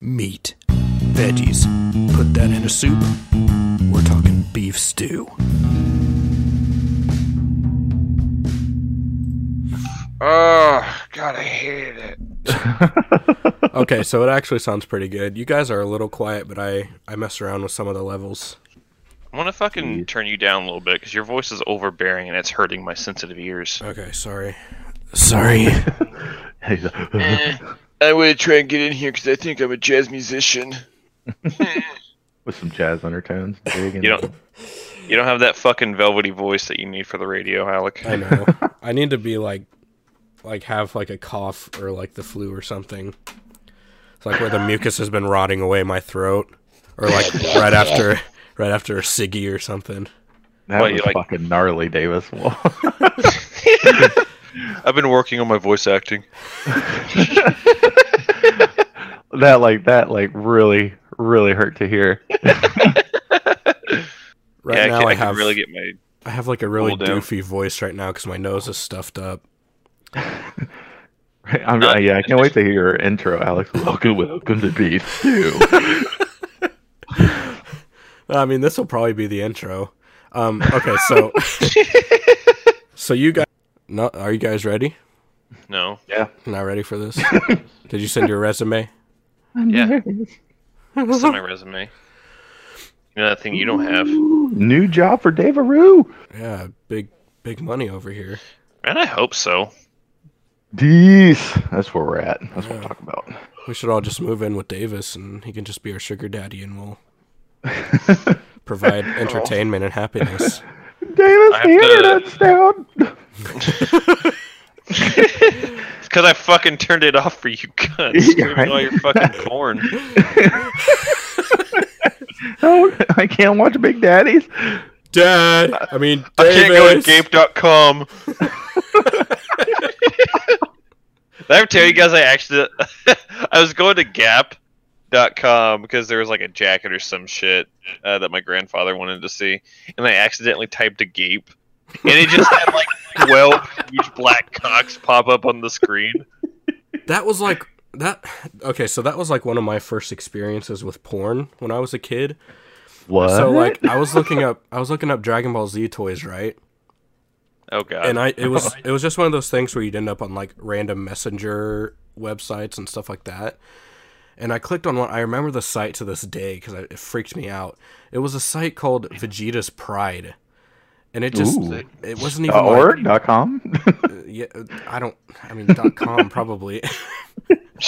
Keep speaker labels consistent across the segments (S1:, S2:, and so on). S1: meat, veggies. Put that in a soup. We're talking beef stew.
S2: Oh, God, I hated it.
S1: Okay, so it actually sounds pretty good. You guys are a little quiet, but I I mess around with some of the levels.
S3: I want to fucking turn you down a little bit because your voice is overbearing and it's hurting my sensitive ears.
S1: Okay, sorry. Sorry.
S4: He's like,
S3: Eh.
S2: I want to try and get in here because I think I'm a jazz musician.
S4: with some jazz undertones. Big and
S3: You don't. You don't have that fucking velvety voice that you need for the radio, Alec.
S1: I know. I need to be like like have like a cough or like the flu or something. It's like where the mucus has been rotting away my throat or like right after right after a ciggy or something.
S4: that
S3: What, you
S4: was
S3: like-
S4: fucking gnarly, Davis.
S3: I've been working on my voice acting.
S4: that like that like really really hurt to hear.
S1: Right
S3: yeah,
S1: now
S3: I, can,
S1: I,
S3: I
S1: have
S3: can really get my.
S1: I have like a really
S3: cool down.
S1: doofy voice right now cuz my nose is stuffed up.
S4: I'm,
S3: Not-
S4: yeah, I can't wait to hear your intro, Alex. Welcome, welcome to Beef Stew.
S1: I mean, this will probably be the intro. Um okay, so So you guys no, are you guys ready?
S3: No.
S4: yeah,
S1: Not ready for this? Did you send your resume?
S3: Yeah. This is my resume. You know that thing you don't have.
S4: new job for Dave Aroo.
S1: Yeah, big big money over here.
S3: And I hope so.
S4: Deez. That's where we're at. That's what I'm
S1: Yeah.
S4: talking about.
S1: We should all just move in with Davis, and he can just be our sugar daddy, and we'll provide entertainment and happiness.
S4: Davis,
S3: I
S4: the
S3: have to-
S4: internet's down.
S3: It's because I fucking turned it off for you guns.
S4: Yeah,
S3: Screaming all
S4: right.
S3: your fucking porn.
S4: Oh, I can't watch Big Daddies.
S1: Dad, I mean
S3: I can't go to
S1: Davis.
S3: gape.com. Did I ever tell you guys I actually I was going to gap.com because there was like a jacket or some shit uh, that my grandfather wanted to see and I accidentally typed a gape and it just had like 12 huge black cocks pop up on the screen.
S1: that was like that. Okay, so that was like one of my first experiences with porn when I was a kid.
S4: What?
S1: So like, I was looking up, I was looking up Dragon Ball Z toys, right?
S3: Oh
S4: Uh,
S3: god.
S1: And I, it
S4: uh-huh.
S1: was, it was just one of those things where you'd end up on like random messenger websites and stuff like that. And I clicked on one. I remember the site to this day because it freaked me out. It was a site called Vegeta's Pride, and it just
S4: Ooh.
S1: it wasn't even
S4: Dot
S1: like- uh,
S4: org, dot com.
S1: yeah, I don't. I mean, dot com probably.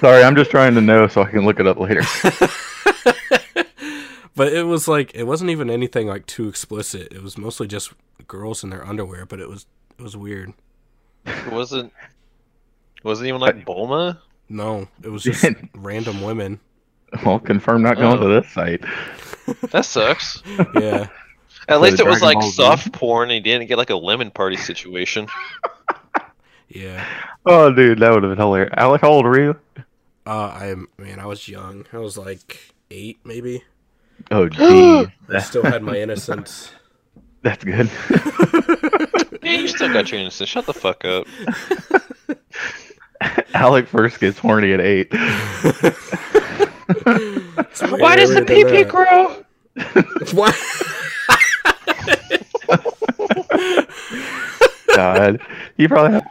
S4: Sorry, I'm just trying to know so I can look it up later.
S1: but it was like it wasn't even anything like too explicit. It was mostly just girls in their underwear. But it was it was weird.
S3: it wasn't wasn't even like Bulma.
S1: No, it was just random women.
S4: Well, confirm not going
S1: Oh.
S4: to this site.
S3: That sucks.
S1: Yeah,
S3: At
S4: least it was, Dragon like, Ball Z. soft
S3: porn and you didn't get like a lemon party situation.
S1: yeah.
S4: Oh, dude, that would have been hilarious. Alec, how old were you?
S1: Uh, I man, I was young. I was like eight, maybe.
S4: Oh, geez.
S1: I still had my innocence.
S4: That's good.
S3: Yeah, you still got your innocence. Shut the fuck up.
S4: Alec first gets horny at eight.
S1: Why does the pee pee grow? Why?
S4: God, you probably have.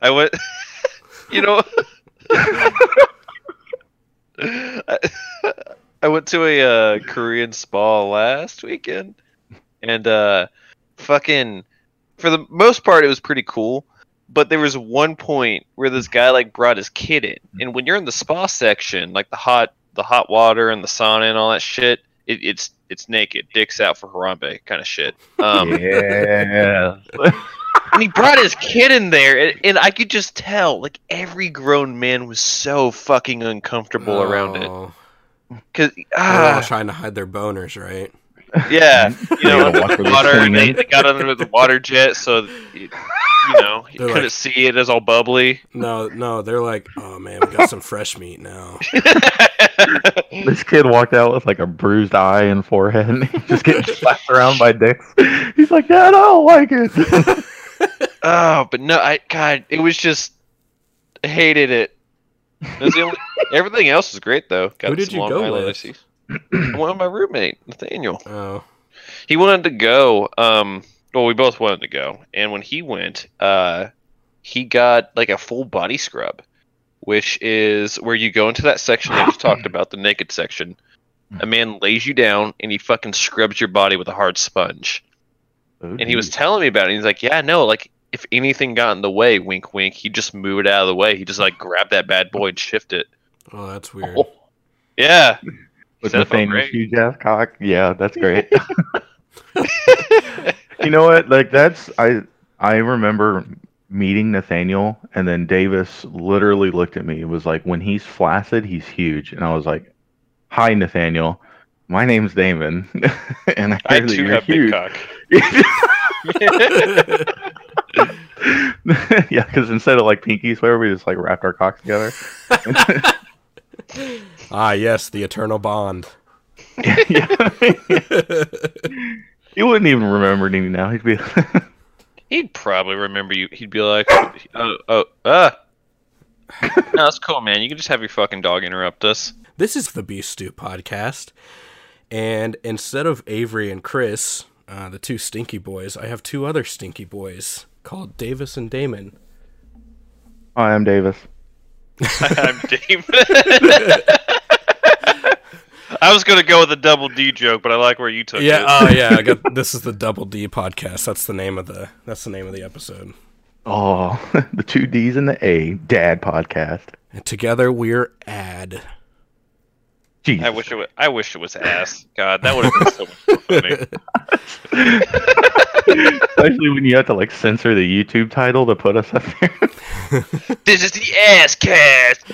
S3: I went. You know. I, I went to a uh, Korean spa last weekend, and uh, fucking, for the most part, it was pretty cool. But there was one point where this guy like brought his kid in, and when you're in the spa section, like the hot, the hot water and the sauna and all that shit, it, it's it's naked, dicks out for Harambe kind of shit. Um,
S4: Yeah.
S3: and he brought his kid in there, and, and I could just tell, like every grown man was so fucking uncomfortable around it.
S1: Oh,
S3: Cause
S1: They're all
S3: ah,
S1: trying to hide their boners, right?
S3: yeah, you know, under
S4: gotta watch
S3: the
S4: where they
S3: water,
S4: swing
S3: they,
S4: in.
S3: they got under the water jet, so you, you know you
S1: They're
S3: couldn't
S1: like-
S3: see it. It was all bubbly.
S1: No, no, they're like, oh man, we got some fresh meat now.
S4: This kid walked out with like a bruised eye and forehead, and he's just getting slapped around by dicks. He's like, "Yeah, I don't like it."
S3: oh, but no, I God, it was just I hated it. That's the only- everything else is great though. Got
S1: Who did
S3: some
S1: you
S3: Long
S1: go
S3: Island
S1: with?
S3: issues. One of my roommate, Nathaniel.
S1: Oh,
S3: He wanted to go. Um, well, we both wanted to go, and when he went, uh, he got like a full body scrub, which is where you go into that section that you talked about, the naked section. A man lays you down and he fucking scrubs your body with a hard sponge. And he was
S4: Mm-hmm.
S3: telling me about it. And he's like, "Yeah, no, like if anything got in the way, wink, wink, he'd just move it out of the way. He just like grab that bad boy and shift it."
S1: well, that's weird.
S3: Yeah,
S4: with
S3: Said
S4: the
S3: about
S4: thing
S3: Ray.
S4: huge ass cock. Yeah, that's great. you know what? Like that's I I remember meeting Nathaniel and then Davis literally looked at me and was like, when he's flaccid, he's huge. And I was like, Hi Nathaniel. My name's Damon and I,
S3: I
S4: hear
S3: too have
S4: that you're huge.
S3: big cock.
S4: yeah, because instead of like pinky swear, we just like wrapped our cocks together.
S1: ah, yes, the eternal bond.
S4: yeah. He wouldn't even remember me now. He'd be
S3: He'd probably remember you. He'd be like, "Oh, oh, ah." no, that's cool, man. You can just have your fucking dog interrupt us.
S1: This is the Beef Stew podcast, and instead of Avery and Chris, uh, the two stinky boys, I have two other stinky boys called Davis and Damon.
S4: Hi, I'm Davis.
S3: I'm Dave. I was gonna go with a double D joke, but I like where you took
S1: Yeah,
S3: it.
S4: uh,
S1: oh yeah, I got this is the Double D podcast. That's the name of the that's the name of the episode.
S4: Oh, the two D's and the A, Dad podcast.
S1: And together we're ad.
S4: Jesus.
S3: I wish it. Was, I wish it was ass. God, that would have been so much more funny.
S4: Especially when you have to like censor the YouTube title to put us up there.
S3: this is the ass cast.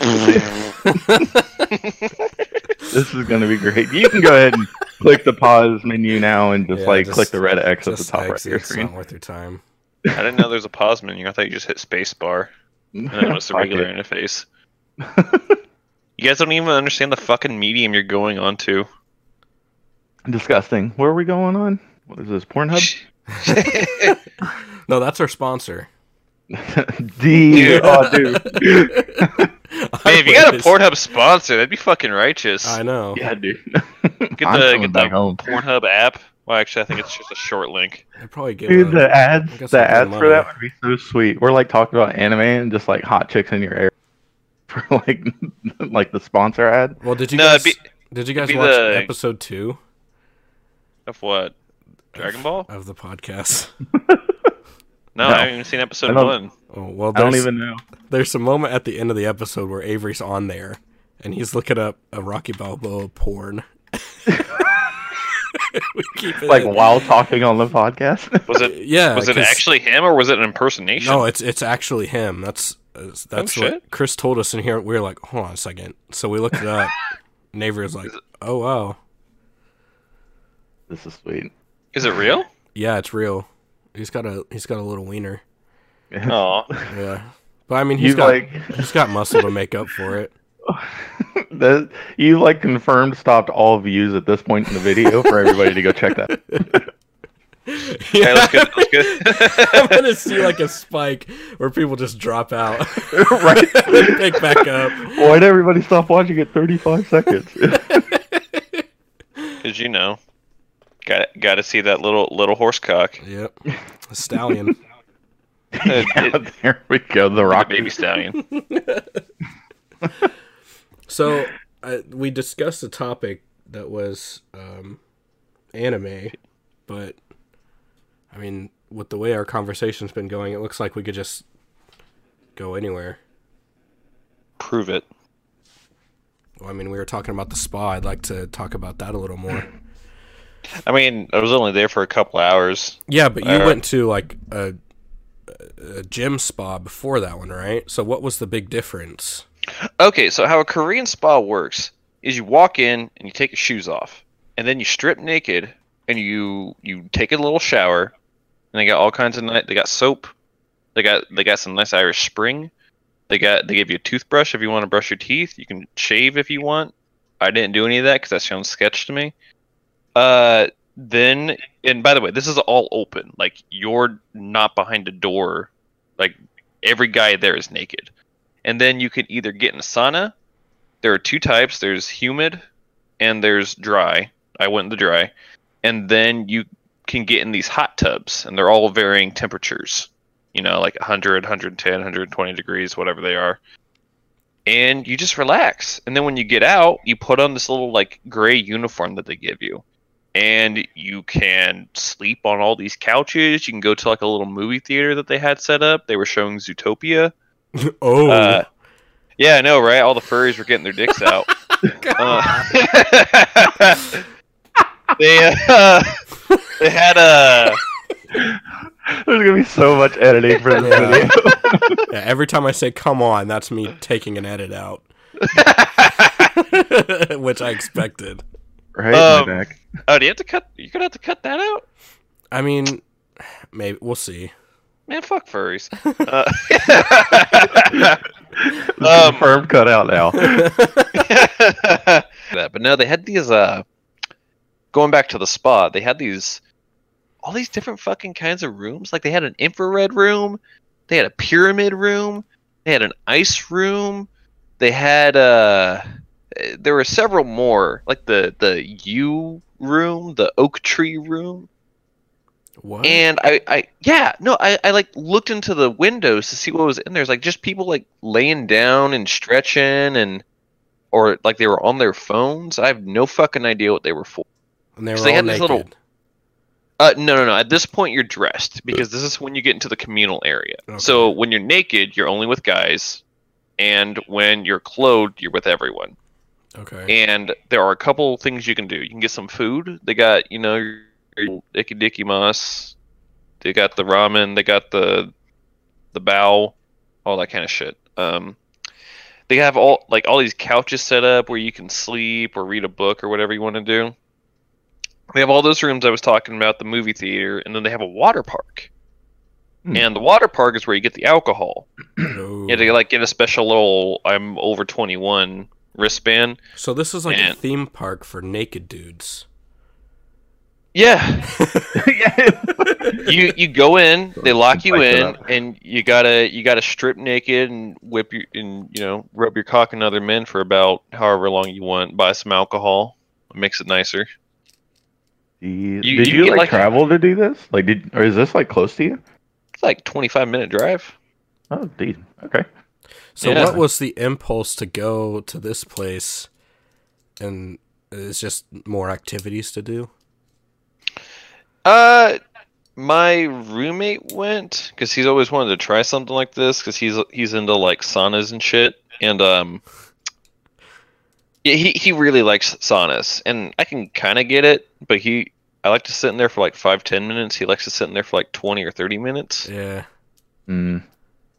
S4: this is gonna be great. You can go ahead and click the pause menu now and just
S1: Yeah,
S4: like
S1: just-
S4: click the red X at the
S1: Just
S4: top right
S1: X,
S4: of your
S1: it's not
S4: screen.
S1: worth your time.
S3: I didn't know there was a pause menu. I thought you just hit space bar. And then it was the
S4: Fuck
S3: regular
S4: it.
S3: interface. you guys don't even understand the fucking medium you're going on to.
S4: Disgusting. Where are we going on? What is this? Pornhub?
S1: No, that's our sponsor.
S4: D. Oh, dude.
S3: Hey, if you got a
S1: Otherwise-
S3: Pornhub sponsor, that'd be fucking righteous.
S1: I know.
S4: yeah, dude.
S3: Get
S4: I'm
S3: the
S4: coming
S3: get
S4: back
S3: the
S4: home.
S3: Pornhub app. Well, actually, I think it's just a short link.
S1: They probably give
S4: Dude,
S1: a,
S4: the ads,
S1: guess
S4: the
S1: I'll do
S4: ads
S1: mine.
S4: for that would be so sweet. We're like talking about anime and just like hot chicks in your air for like like the sponsor ad.
S1: Well, did you
S3: No,
S1: guys
S3: it'd
S1: did you guys
S3: it'd be
S1: watch
S3: the-
S1: episode 2
S3: Of what? Dragon Ball?
S1: of the podcast?
S3: No,
S4: No.
S3: I haven't even seen
S4: I
S3: episode
S4: don't-
S3: one.
S1: Oh, well,
S4: I don't
S1: there's-
S4: even know.
S1: there's a moment at the end of the episode where Avery's on there and he's looking up a Rocky Balboa porn. we keep it
S4: Like
S1: in.
S4: while talking on the podcast.
S3: Was it?
S1: yeah,
S3: Was it
S1: 'cause-
S3: actually him or was it an impersonation?
S1: No, it's it's actually him. That's uh, that's
S3: Oh,
S1: what
S3: shit.
S1: Chris told us in here. We were like, hold on a second. So we looked it up. and Avery was like, oh wow,
S4: this is sweet.
S3: Is it real?
S1: yeah, it's real. He's got a he's got a little wiener.
S3: Oh,
S1: Yeah, but I mean, he's
S4: You
S1: got
S4: like
S1: he's got muscle to make up for it.
S4: that you like confirmed stopped all views at this point in the video for everybody to go check that.
S3: okay, let's go. Let's go.
S1: I'm gonna see like a spike where people just drop out,
S4: right?
S1: pick back up.
S4: Why'd everybody stop watching at thirty five seconds?
S3: Did you know? Got got to see that little little horse cock.
S1: Yep, a stallion.
S4: yeah, there we go. The rock
S3: baby stallion.
S1: So uh, we discussed a topic that was um, anime, but I mean, with the way our conversation's been going, it looks like we could just go anywhere.
S3: Prove it.
S1: Well, I mean, we were talking about the spa. I'd like to talk about that a little more.
S3: I mean, I was only there for a couple hours.
S1: Yeah, but you
S3: Alright.
S1: went to like a, a gym spa before that one, right? So what was the big difference?
S3: Okay, so how a Korean spa works is you walk in and you take your shoes off, and then you strip naked and you you take a little shower, and they got all kinds of night. They got soap, they got they got some nice Irish Spring, they got they give you a toothbrush if you want to brush your teeth. You can shave if you want. I didn't do any of that because that sounds sketch to me. Uh, then and by the way, this is all open. Like you're not behind a door. Like every guy there is naked and then you could either get in a sauna. There are two types. There's humid, and there's dry. I went in the dry, and then you can get in these hot tubs, and they're all varying temperatures. You know, like 100, 110, 120 degrees, whatever they are. And you just relax. And then when you get out, you put on this little like gray uniform that they give you and you can sleep on all these couches. You can go to like a little movie theater that they had set up. They were showing Zootopia.
S1: oh,
S3: Uh, yeah, I know, right? All the furries were getting their dicks out. Uh, they uh, they had uh, a
S4: There's gonna be so much editing for this
S1: Yeah.
S4: video.
S1: yeah, every time I say "come on," that's me taking an edit out, which I expected.
S4: Right
S3: Um,
S4: in the back.
S3: oh, do you have to cut? You're gonna have to cut that out,
S1: I mean, maybe we'll see.
S3: man. Fuck furries. Uh, um,
S4: Confirmed cutout now.
S3: that, but no, they had these. Uh, going back to the spa, they had these, all these different fucking kinds of rooms. Like they had an infrared room, they had a pyramid room, they had an ice room, they had uh, eh, there were several more. Like the the U room, the oak tree room,
S1: What?
S3: and I I yeah no I I like looked into the windows to see what was in there. It's like just people like laying down and stretching and. Or like they were on their phones. I have no fucking idea what they were for.
S1: And they were
S3: 'Cause they
S1: all
S3: had
S1: naked.
S3: this little- Uh, no, no, no. At this point, you're dressed because this is when you get into the communal area.
S1: Okay.
S3: So when you're naked, you're only with guys, and when you're clothed, you're with everyone.
S1: okay.
S3: And there are a couple things you can do. You can get some food. They got you know your your icky dicky moss. They got the ramen. They got the the bow, all that kind of shit. Um, they have all like all these couches set up where you can sleep or read a book or whatever you want to do. They have all those rooms I was talking about, the movie theater, and then they have a water park.
S4: Hmm.
S3: And the water park is where you get the alcohol.
S1: No.
S3: You had to like get a special little I'm over 21 wristband.
S1: so this is like a
S3: Man.
S1: theme park for naked dudes.
S3: Yeah, you you go in, they lock you
S4: Like that.
S3: in, and you gotta you gotta strip naked and whip your and you know rub your cock in other men for about however long you want. Buy some alcohol, makes it nicer.
S4: Jeez.
S3: You-
S4: did
S3: you
S4: you,
S3: get,
S4: like,
S3: like-
S4: travel to do this? Like, did or is this like close to you?
S3: It's like twenty five minute drive.
S4: Oh, dude. Okay.
S1: So
S3: Yeah.
S1: what was the impulse to go to this place? And it's just more activities to do.
S3: Uh, my roommate went because he's always wanted to try something like this because he's he's into like saunas and shit, and um, yeah, he he really likes saunas, and I can kind of get it, but he I like to sit in there for like five ten minutes. He likes to sit in there for like twenty or thirty minutes.
S1: Yeah.
S3: Hmm.
S4: Mm.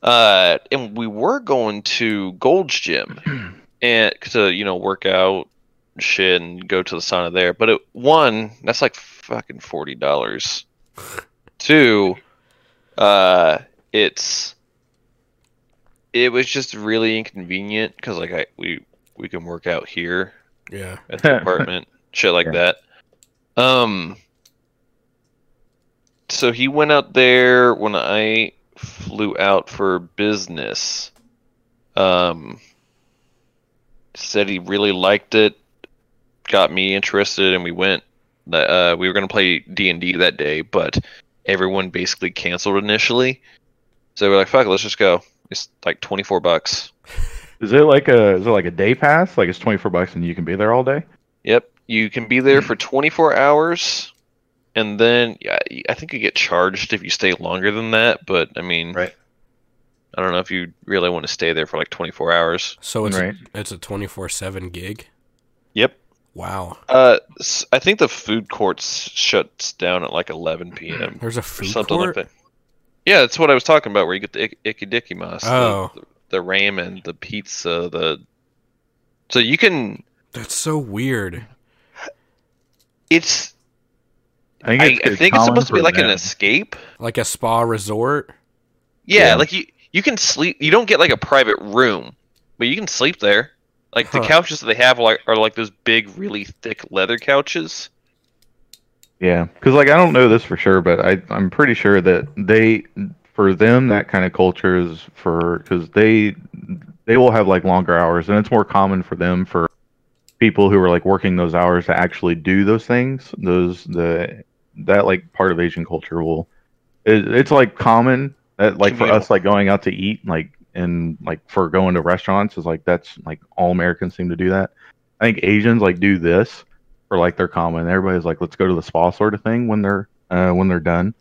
S3: Uh, and we were going to Gold's Gym, and to you know work out shit and go to the sauna there. But it one that's like fucking forty dollars. Two, uh, it's it was just really inconvenient because like I we we can work out here
S1: Yeah.
S3: at the apartment, shit like that. Um, so he went out there when I flew out for business. Um, said he really liked it, got me interested, and we went. Uh, we were gonna play D and D that day, but everyone basically canceled initially. So we're like, "Fuck, it, let's just go." It's like twenty four bucks.
S4: Is it like a is it like a day pass? Like it's twenty four bucks and you can be there all day.
S3: Yep, you can be there for 24 hours, and then yeah, I think you get charged if you stay longer than that. But I mean,
S4: Right.
S3: I don't know if you really want to stay there for like 24 hours.
S1: So it's
S4: Right.
S1: it's a twenty four seven gig.
S3: Yep.
S1: Wow.
S3: Uh, s- I think the food court s- shuts down at like 11 p.m.
S1: There's a
S3: or
S1: food
S3: something
S1: court.
S3: like that. Yeah, that's what I was talking about. Where you get the ik- icky dicky moss,
S1: Oh.
S3: the, the ramen, the pizza, the so you can.
S1: That's so weird.
S3: It's
S4: I think
S3: I, I
S4: it's,
S3: think it's supposed to be like an escape.
S1: Like a spa resort.
S3: Yeah,
S4: Yeah.
S3: like you you can sleep. You don't get like a private room, but you can sleep there. Like the
S1: Huh.
S3: couches that they have are like, are like those big, really thick leather couches.
S4: yeah, because like I don't know this for sure, but I I'm pretty sure that they for them that kind of culture is for because they they will have like longer hours, and it's more common for them for people who are like working those hours to actually do those things. Those the that like part of Asian culture will it, it's like common that like for
S3: Yeah.
S4: us like going out to eat like and like for going to restaurants is like that's like all Americans seem to do that. I think Asians like do this for like their common. Everybody's like, let's go to the spa sort of thing when they're uh, when they're done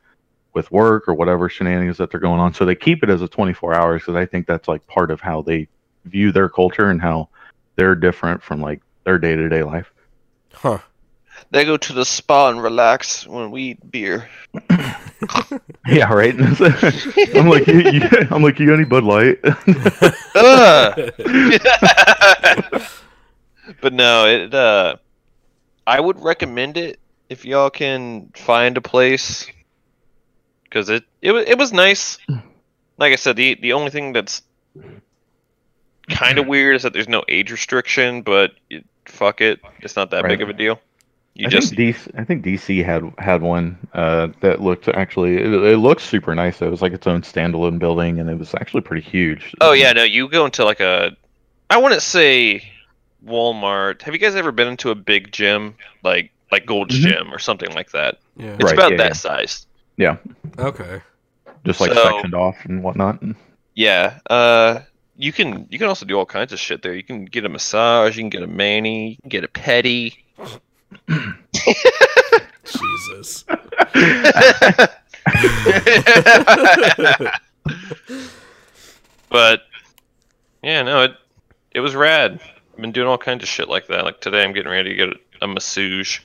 S4: with work or whatever shenanigans that they're going on. So they keep it as a 24 hours because I think that's like part of how they view their culture and how they're different from like their day to day life.
S1: Huh.
S3: They go to the spa and relax when we eat beer.
S4: Yeah, right. I'm like, you, you, I'm like, you got any Bud Light?
S3: Ugh. but no, it. Uh, I would recommend it if y'all can find a place, because it it was it was nice. Like I said, the the only thing that's kind of weird is that there's no age restriction, but it, fuck it, it's not that big
S4: Right.
S3: of a deal. You
S4: I
S3: just
S4: think DC, I think DC had had one uh, that looked actually it, it looked super nice. It was like its own standalone building, and it was actually pretty huge.
S3: Oh yeah, no, you go into like a I wouldn't say Walmart. Have you guys ever been into a big gym like like Gold's
S4: Mhm.
S3: Gym or something like that?
S1: Yeah.
S3: It's
S4: Right,
S3: about
S4: yeah,
S3: that
S4: yeah.
S3: size.
S1: Okay.
S4: just like
S3: So-
S4: sectioned off and whatnot.
S3: Yeah. Uh you can you can also do all kinds of shit there. You can get a massage, you can get a mani, you can get a pedi.
S1: Jesus.
S3: but yeah, no, it it was rad. I've been doing all kinds of shit like that. Like today I'm getting ready to get a, a massage.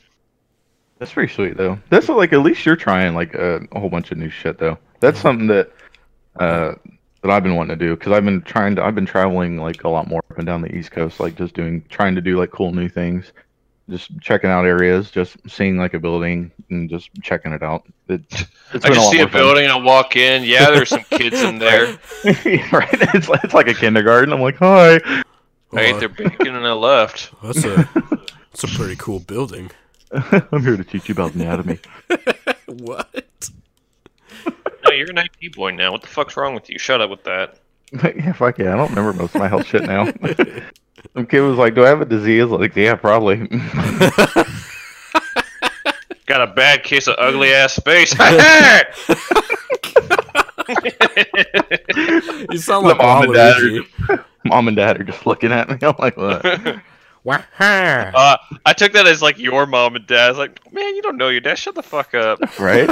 S4: That's pretty sweet though. That's like at least you're trying like a, a whole bunch of new shit though. That's something that uh, that I've been wanting to do because I've been trying to I've been traveling like a lot more up and down the East Coast, like just doing trying to do like cool new things, just checking out areas, just seeing like a building and just checking it out. It, it's
S3: I
S4: been a
S3: just
S4: lot
S3: see a
S4: more fun.
S3: building and I walk in. Yeah, there's some kids in there.
S4: right? It's like, it's like a kindergarten. I'm like, hi.
S3: I ate their bacon and I left.
S1: That's a that's a pretty cool building.
S4: I'm here to teach you about anatomy.
S1: What?
S3: No, you're an IT boy now. What the fuck's wrong with you? Shut up with that.
S4: yeah, fuck yeah. I don't remember most of my health shit now. Some kid was like, do I have a disease? Like, yeah, probably.
S3: Got a bad case of ugly ass face.
S1: You sound
S4: The
S1: like
S4: mom and dad are
S1: Waluigi.
S4: Mom and dad are just looking at me. I'm like, what?
S1: Wah-ha.
S3: uh, I took that as like your mom and dad. I was like, man, you don't know your dad. Shut the fuck up.
S4: right?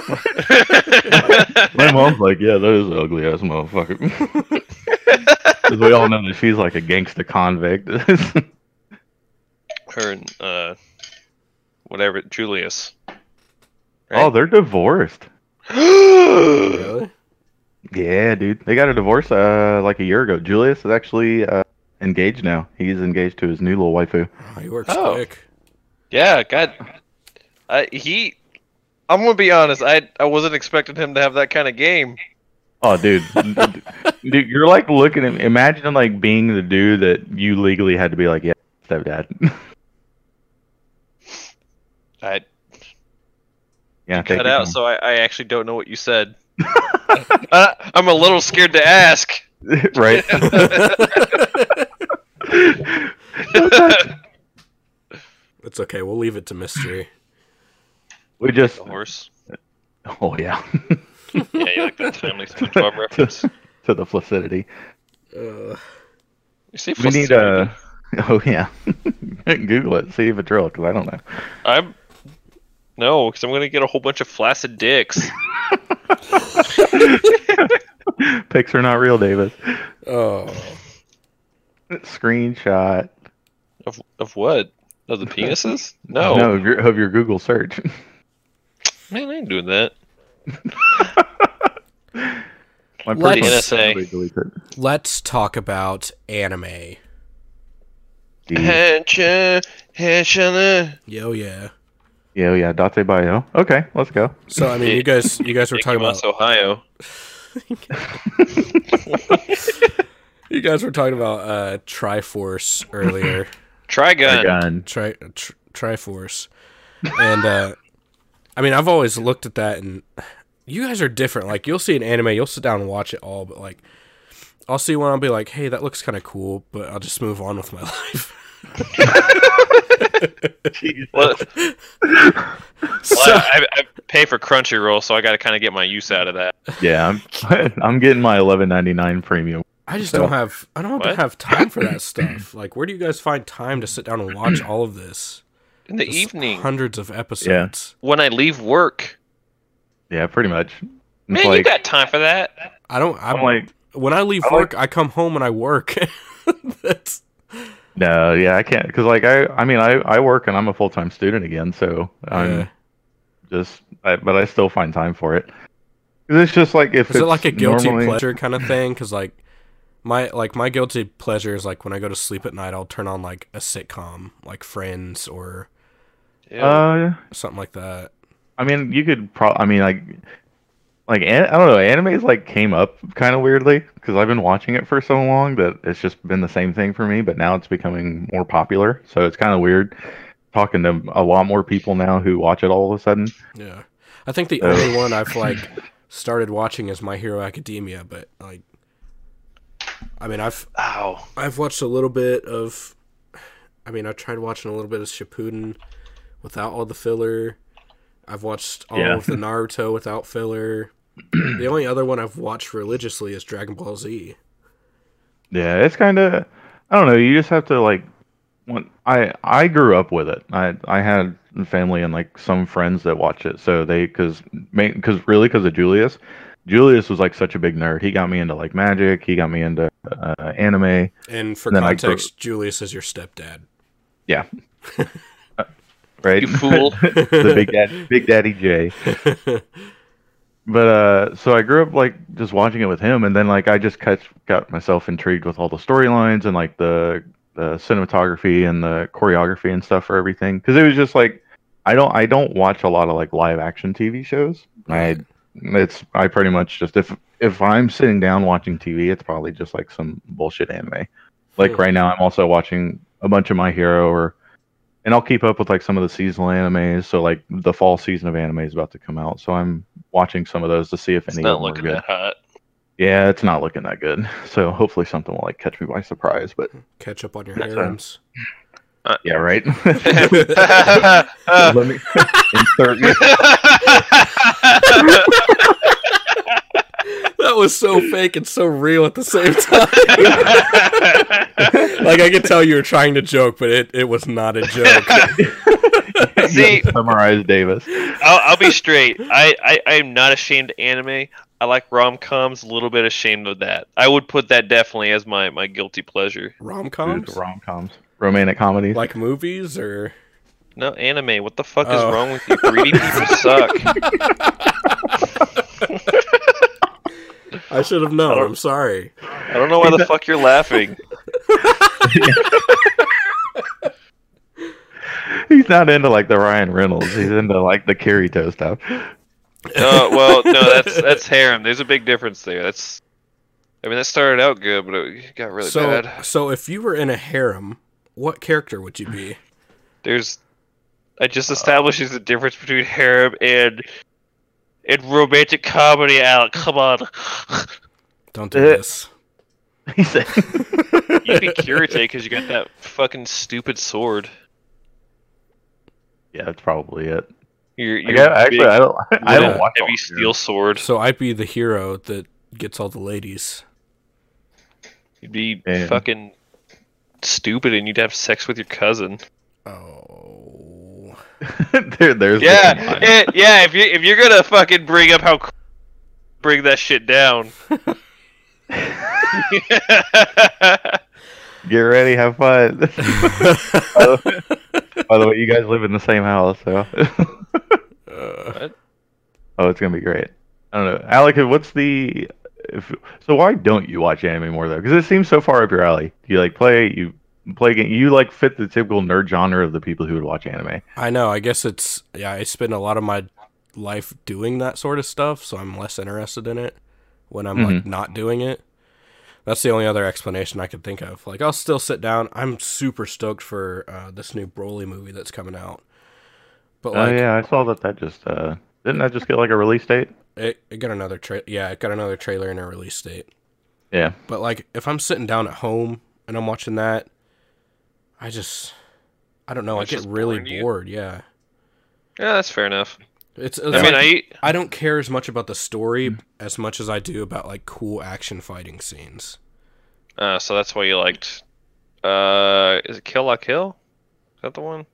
S4: My mom's like, yeah, that is an ugly ass motherfucker. 'Cause we all know that she's like a gangster convict.
S3: Her and uh, whatever Julius.
S4: Oh, they're divorced.
S1: Really?
S4: Yeah, dude. They got a divorce uh, like a year ago. Julius is actually uh, engaged now. He's engaged to his new little waifu.
S1: Oh, he works
S3: Oh.
S1: quick.
S3: Yeah, God, I, he. I'm gonna be honest. I I wasn't expecting him to have that kind of game.
S4: Oh, dude. dude, you're like looking at Imagine like being the dude that you legally had to be like, yeah, stepdad.
S3: I
S4: yeah, take
S3: cut
S4: your
S3: out,
S4: time.
S3: so I, I actually don't know what you said. uh, I'm a little scared to ask.
S4: right.
S1: It's okay. We'll leave it to mystery.
S4: we just.
S3: Horse.
S4: Oh yeah.
S3: Yeah, you like that timely SpongeBob reference.
S4: to the flaccidity.
S1: Uh,
S3: You see,
S4: We need a. Oh yeah. Google it. See if it's real, because I don't know.
S3: I'm. No, because I'm gonna get a whole bunch of flaccid dicks.
S4: Pics are not real, Davis.
S1: oh,
S4: Screenshot.
S3: of of what? Of the penises? No.
S4: No, of your, of your Google search.
S3: Man, I ain't doing that.
S4: My
S1: Let's-
S4: personal
S3: NSA.
S4: probably deletes it.
S1: let's talk about anime.
S4: Dude.
S1: Yo, yeah.
S4: Yeah, oh, yeah, Date Bio. Okay, let's go.
S1: So I mean, you guys, you guys were talking about
S3: Ikemon's Ohio.
S1: you guys were talking about uh, Triforce earlier.
S3: Trigun.
S4: Gun.
S1: Tri tr- Triforce, and uh, I mean, I've always looked at that, and you guys are different. Like, you'll see an anime, you'll sit down and watch it all, but like, I'll see one. I'll be like, hey, that looks kind of cool, but I'll just move on with my life.
S3: Well,
S1: so,
S3: I, I pay for Crunchyroll, so I got to kind of get my use out of that.
S4: yeah, I'm, I'm getting my 11.99 premium.
S1: I just
S4: so-
S1: don't have I don't
S3: What?
S1: have time for that stuff. Like, where do you guys find time to sit down and watch all of this?
S3: In the
S1: Just
S3: evening,
S1: hundreds of episodes.
S3: when I leave work,
S4: Yeah, pretty much. It's
S3: man, you got time for that?
S1: I don't. I'm,
S4: I'm like,
S1: when I leave
S4: I'm
S1: work, I come home and I work. That's
S4: no, yeah, I can't because like I, I mean, I, I work and I'm a full time student again, so I'm
S1: Yeah.
S4: just, I, but I still find time for it. 'Cause It's just like if
S1: is it like a
S4: it's
S1: guilty
S4: normally-
S1: pleasure kind of thing? Because like my like my guilty pleasure is like when I go to sleep at night, I'll turn on like a sitcom, like Friends or
S4: Uh,
S1: something like that.
S4: I mean, you could probably. I mean, like, like an- I don't know. Anime's like came up kind of weirdly because I've been watching it for so long that it's just been the same thing for me. But now it's becoming more popular, so it's kind of weird talking to a lot more people now who watch it all of a sudden.
S1: Yeah, I think the
S4: Uh.
S1: only one I've like started watching is My Hero Academia, but like, I mean, I've
S3: Ow.
S1: I've watched a little bit of. I mean, I tried watching a little bit of Shippuden without all the filler. I've watched all
S4: Yeah.
S1: of the Naruto without filler. the only other one I've watched religiously is Dragon Ball Z.
S4: Yeah, it's kind of. I don't know. You just have to like. When I I grew up with it. I I had family and like some friends that watch it. So they because because really because of Julius. Julius was like such a big nerd. He got me into like magic. He got me into uh, anime.
S1: And for
S4: Then I grew-
S1: context, Julius is your stepdad.
S4: Right,
S3: You fool.
S4: the big dad, big daddy J. But uh, so I grew up like just watching it with him, and then like I just catch, got myself intrigued with all the storylines and like the the cinematography and the choreography and stuff for everything because it was just like I don't I don't watch a lot of like live action TV shows. I it's I pretty much just if if I'm sitting down watching TV, it's probably just like some bullshit anime. Like
S1: Hmm.
S4: right now, I'm also watching a bunch of My Hero, or and I'll keep up with like some of the seasonal animes. So like the fall season of anime is about to come out, so I'm watching some of those to see if
S3: It's
S4: any of
S3: not
S4: them are
S3: looking
S4: good.
S3: that hot.
S4: Yeah, it's not looking that good. So hopefully something will like catch me by surprise. But
S1: Catch up on your
S4: That's
S1: harems.
S4: yeah, right.
S3: Uh,
S4: Let me insert me.
S1: That was so fake and so real at the same time. like I could tell you were trying to joke, but it, it was not a joke.
S3: See-
S4: summarize Davis.
S3: I'll, I'll be straight. I, I, I am not ashamed of anime. I like rom coms, a little bit ashamed of that. I would put that definitely as my, my guilty pleasure.
S1: Rom coms?
S4: Rom coms, romantic comedies.
S1: Like movies or
S3: No, anime. What the fuck
S1: Oh.
S3: is wrong with you? Greedy people suck.
S1: I should have known. I'm sorry.
S3: I don't know why the fuck you're laughing.
S4: He's not into like the Ryan Reynolds. He's into like the Kirito stuff.
S3: No, well, no, that's that's harem. There's a big difference there. That's, I mean, that started out good, but it got really
S1: so
S3: bad.
S1: so if you were in a harem, what character would you be?
S3: There's, it just establishes the difference between harem and and romantic comedy. Alec, come on,
S1: Don't do
S4: Uh,
S1: this.
S4: He said,
S3: you'd be Kirite because you got that fucking stupid sword.
S4: "Yeah, that's probably it."
S3: You're, you're
S4: Yeah, actually,
S3: big,
S4: I don't. I
S3: little
S4: don't watch all
S3: heavy
S4: of
S3: steel
S4: yours.
S3: sword.
S1: So I'd be the hero that gets all the ladies.
S3: You'd be
S4: Yeah.
S3: fucking stupid, and you'd have sex with your cousin.
S1: Oh.
S4: there, there's the
S3: Yeah,
S4: combine.
S3: eh, yeah. If you if you're gonna fucking bring up how cr- bring that shit down.
S4: Get ready, have fun. By the way, you guys live in the same house, so
S1: Uh,
S4: oh, it's gonna be great. I don't know, Alec. What's the if, so why don't you watch anime more though? Because it seems so far up your alley. You like play, you play game, you like fit the typical nerd genre of the people who would watch anime.
S1: I know. I guess it's yeah, I spend a lot of my life doing that sort of stuff, so I'm less interested in it when I'm
S4: Mm-hmm.
S1: like not doing it. That's the only other explanation I could think of. Like I'll still sit down. I'm super stoked for uh, this new Broly movie that's coming out. But like
S4: oh yeah, I saw that. That just uh, didn't that just get like a release date?
S1: It, it got another tra- yeah, it got another trailer and a release date.
S4: Yeah.
S1: But like if I'm sitting down at home and I'm watching that, I just I don't know, I
S3: It's
S1: get
S3: just
S1: really
S3: boring to you?
S1: bored, yeah.
S3: Yeah, that's fair enough.
S1: It's,
S3: I mean, I eat.
S1: I don't care as much about the story as much as I do about like cool action fighting scenes.
S3: Uh, so that's why you liked. Uh, is it Kill La Kill? Is that the one?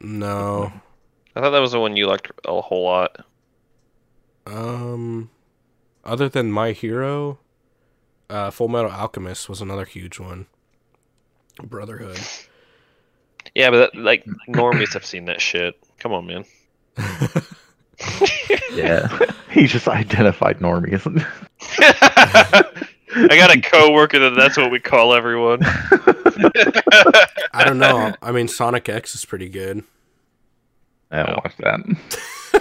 S1: No.
S3: I thought that was the one you liked a whole lot.
S1: Um other than My Hero, uh Full Metal Alchemist was another huge one. Brotherhood.
S3: Yeah, but that, like normies have seen that shit. Come on, man.
S4: Yeah. he just identified Normie. isn't he?
S3: I got a coworker that that's what we call everyone.
S1: I don't know. I mean Sonic X is pretty good.
S4: I haven't watched that.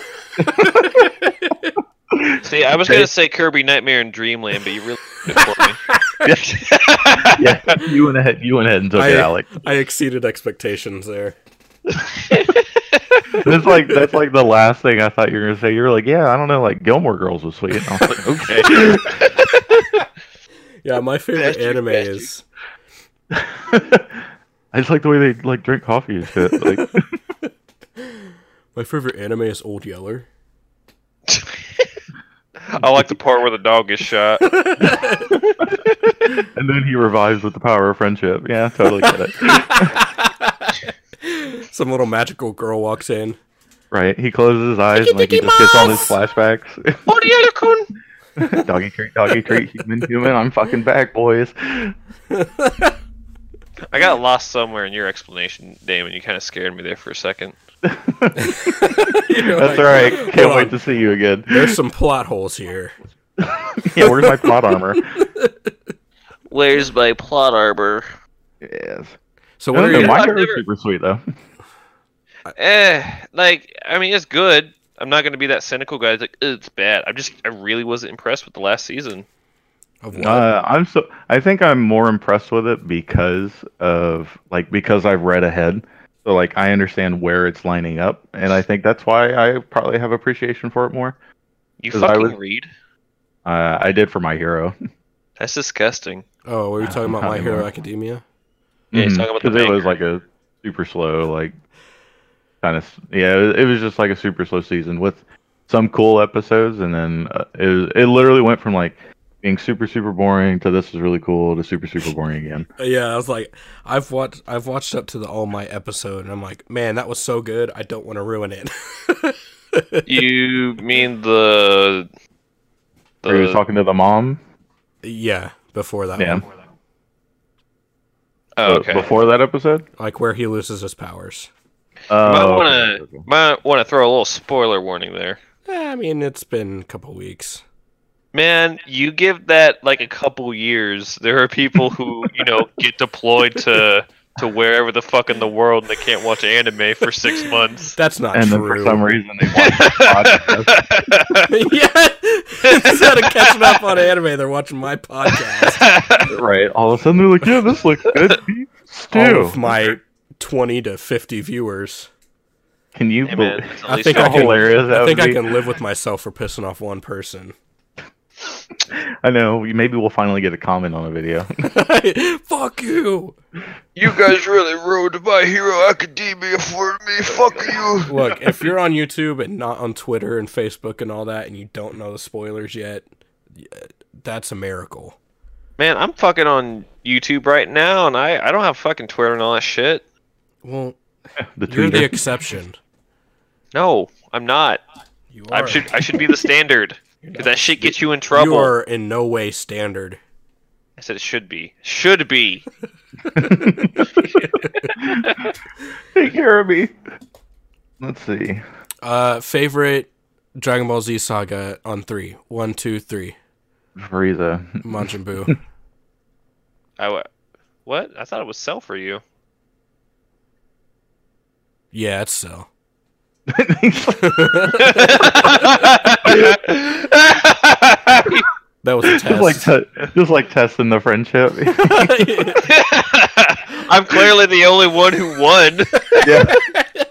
S3: See, I was gonna say Kirby Nightmare and Dreamland, but you really did it for me.
S4: yeah, you went ahead. You went ahead and took it,
S1: I-
S4: Alec.
S1: I exceeded expectations there.
S4: That's like that's like the last thing I thought you were gonna say. You were like, yeah, I don't know, like Gilmore Girls was sweet. And I was like, okay.
S1: Yeah, my favorite
S3: you,
S1: anime
S3: that's you.
S1: is
S4: I just like the way they like drink coffee and shit. Like,
S1: my favorite anime is Old Yeller.
S3: I like the part where the dog is shot.
S4: and then he revives with the power of friendship. Yeah, totally get it.
S1: Some little magical girl walks in.
S4: right? He closes his eyes and like he just gets all his flashbacks.
S3: What are
S4: doggy treat, doggy treat, human, human. I'm fucking back, boys.
S3: I got lost somewhere in your explanation, Damon. You kind of scared me there for a second.
S4: That's all right. Can't wait to see you again.
S1: There's some plot holes here.
S4: Yeah, where's my plot armor?
S3: Where's my plot arbor?
S4: Yes.
S1: So
S4: No,
S1: what
S4: no,
S1: are
S4: no,
S1: your
S4: my
S3: I've
S4: girl's
S3: never-
S4: super sweet though.
S3: Eh, like I mean, it's good. I'm not gonna be that cynical guy. that's Like "Ugh, it's bad. I just I really wasn't impressed with the last season.
S1: of what?
S4: Uh, I'm so. I think I'm more impressed with it because of like because I've read ahead, so like I understand where it's lining up, and I think that's why I probably have appreciation for it more.
S3: You
S4: 'Cause I
S3: fucking
S4: was-
S3: read.
S4: Uh, I did for my hero.
S3: That's disgusting.
S1: oh, were you talking about My
S4: Probably
S1: Hero
S4: more.
S1: Academia?
S3: Yeah, he's
S4: Mhm.
S3: talking about the
S4: 'Cause it was
S3: baker.
S4: like a super slow, like kind of yeah. It, it was just like a super slow season with some cool episodes, and then uh, it it literally went from like being super super boring to this is really cool to super super boring again.
S1: Uh, Yeah, I was like, I've watched, I've watched up to the All My episode, and I'm like, man, that was so good. I don't want to ruin it.
S3: You mean the
S4: Where he was
S3: the
S4: talking to the mom.
S1: yeah, before that,
S4: Yeah.
S1: one.
S3: oh,
S4: Uh,
S3: okay.
S4: before that episode.
S1: like where he loses his powers.
S3: might
S4: Oh,
S3: wanna
S4: okay, okay.
S3: might wanna throw a little spoiler warning there.
S1: Eh, I mean, it's been a couple weeks.
S3: Man, you give that like a couple years. There are people who, you know, get deployed to to wherever the fuck in the world and they can't watch anime for six months.
S1: That's not
S4: and then
S1: true.
S4: for some reason they watched the podcast.
S1: yeah, instead of catching up on anime, they're watching my podcast.
S4: right. All of a sudden they're like, "Yeah, this looks good." beef
S1: All
S4: Stew.
S1: of my twenty to fifty viewers.
S4: Can you?
S3: Hey,
S4: believe
S3: man, that's at
S1: I
S3: least
S1: think
S3: a
S1: I
S4: how
S1: can.
S3: whole-
S4: hilarious that
S1: I think
S4: would
S1: I
S4: be?
S1: can live with myself for pissing off one person.
S4: I know. Maybe we'll finally get a comment on a video.
S1: Fuck you!
S2: You guys really ruined My Hero Academia for me. Fuck you.
S1: Look, if you're on YouTube and not on Twitter and Facebook and all that, and you don't know the spoilers yet, y- that's a miracle.
S3: Man, I'm fucking on YouTube right now and I, I don't have fucking Twitter and all that shit.
S1: Well,
S4: the
S1: you're the
S4: tweeter.
S1: exception.
S3: No, I'm not.
S1: You
S3: I
S1: are.
S3: should I should be the standard. 'Cause that shit gets you in trouble.
S1: you are in no way standard.
S3: I said it should be. Should be.
S4: Take care of me. Let's see.
S1: Uh, favorite Dragon Ball Z saga on three. One, two, three.
S4: Frieza.
S1: Majin Buu.
S3: I w- what? I thought it was sell for you.
S1: yeah, it's so. That was a
S4: just like
S1: test.
S4: te- just like testing the friendship.
S3: I'm clearly the only one who won.
S4: yeah.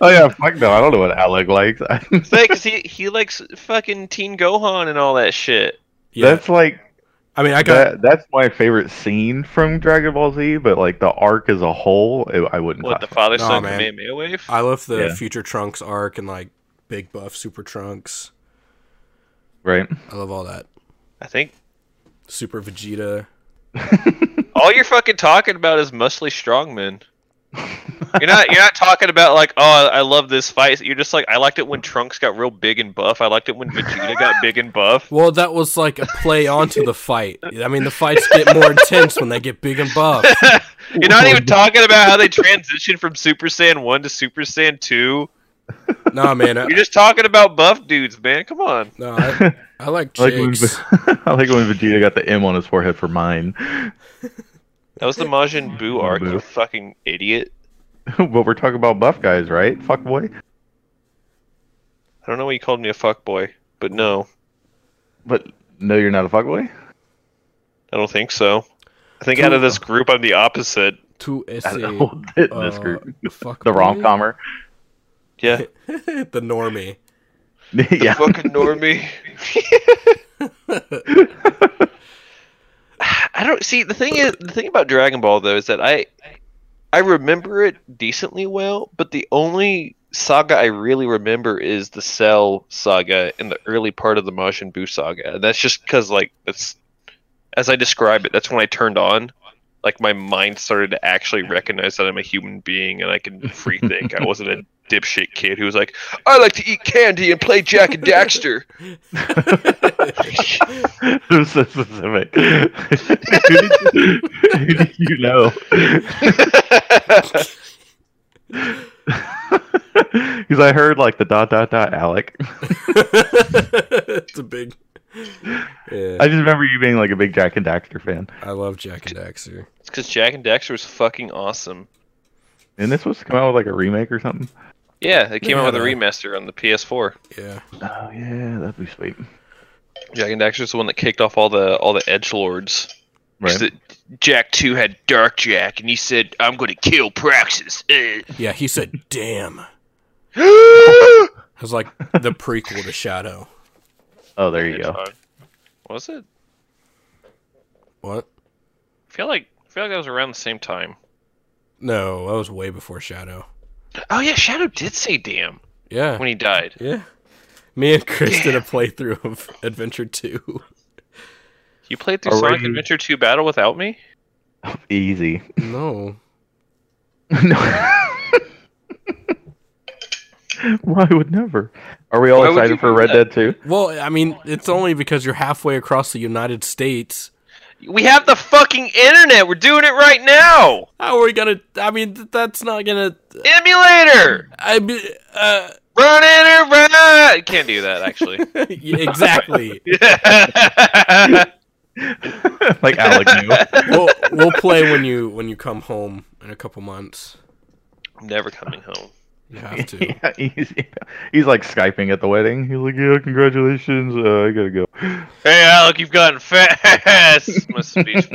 S4: Oh yeah. Fuck no. I don't know what Alec likes.
S3: Because he, he likes fucking Teen Gohan and all that shit.
S1: yeah,
S4: That's like
S1: I mean, I got
S4: That, that's my favorite scene from Dragon Ball Z, but like the arc as a whole, it, I wouldn't.
S3: What the
S4: classify-
S3: father son
S1: Nah, man.
S3: Kamehameha wave?
S1: I love the
S4: Yeah.
S1: Future Trunks arc and like Big Buff Super Trunks.
S4: right?
S1: I love all that.
S3: I think
S1: Super Vegeta.
S3: all you're fucking talking about is mostly strongmen. You're not you're not talking about like oh I love this fight. You're just like I liked it when Trunks got real big and buff. I liked it when Vegeta got big and buff.
S1: Well, that was like a play onto the fight. I mean, the fights get more intense when they get big and buff.
S3: You're not even talking about how they transitioned from Super Saiyan one to Super Saiyan two.
S1: Nah, man. I,
S3: You're just talking about buff dudes, man. Come on.
S1: no, I, I like
S4: I like, when,
S1: chicks.
S4: I like when Vegeta got the M on his forehead for mine,
S3: That was the Majin Buu arc. You
S4: Buu.
S3: fucking idiot.
S4: but we're talking about buff guys, right? Fuck boy.
S3: I don't know why you called me a fuckboy, but no,
S4: But no, you're not a fuck boy.
S3: I don't think so. I think out of this group, I'm the opposite.
S1: To ese,
S4: I don't know. this
S1: uh,
S4: group,
S1: fuck
S4: the
S1: boy?
S4: rom commer.
S3: Yeah,
S1: the normie.
S4: yeah,
S2: Fucking normie.
S3: I don't see the thing is the thing about Dragon Ball though is that I I remember it decently well, but the only saga I really remember is the Cell saga and the early part of the Majin Buu saga. And that's just because like that's as I describe it, that's when I turned on. Like my mind started to actually recognize that I'm a human being and I can free think. I wasn't a dipshit kid who was like,
S2: I like to eat candy and play Jack and Daxter.
S4: it was so specific. who, did you, who did you know? Because I heard like the dot dot dot Alec.
S1: it's a big. Yeah,
S4: I just remember you being like a big Jack and Daxter fan,
S1: I love Jack and Daxter.
S3: it's because Jack and Daxter was fucking awesome.
S4: and this was to come out with like a remake or something.
S3: Yeah, it came out with a
S1: Yeah.
S3: remaster on the PS4.
S1: Yeah.
S4: Oh yeah, that'd be sweet.
S3: Jack and Daxter's the one that kicked off all the all the edge lords.
S4: Right.
S3: Jack Two had Dark Jack, and he said, "I'm going to kill Praxis." Eh.
S1: Yeah, he said, damn. It was like the prequel to Shadow.
S4: oh, there you go.
S3: Hedgehog. Was it?
S1: What?
S3: I feel like I feel like that was around the same time.
S1: No, that was way before Shadow.
S3: Oh yeah, Shadow did say "damn"
S1: Yeah.
S3: when he died.
S1: Yeah. Me and Chris did a playthrough of Adventure 2.
S3: You played through
S4: Are
S3: Sonic
S4: we-
S3: Adventure Two Battle without me?
S4: Easy.
S1: No.
S4: No. Why would never? Are we all
S3: Why would you
S4: excited for
S3: do
S4: Red
S3: that?
S4: Dead 2?
S1: Well, I mean, it's only because you're halfway across the United States.
S3: We have the fucking internet. We're doing it right now.
S1: How are we gonna? I mean, th- that's not gonna.
S3: Emulator,
S1: I mean, uh,
S3: run enter, run. Can't do that actually.
S1: yeah, exactly.
S4: like Alec knew.
S1: we'll we'll play when you when you come home in a couple months.
S3: I'm never coming home.
S1: You have to.
S4: yeah, he's, he's like Skyping at the wedding. He's like, yeah, congratulations. Uh, I gotta go.
S3: Hey Alec, you've gotten fast. My speech.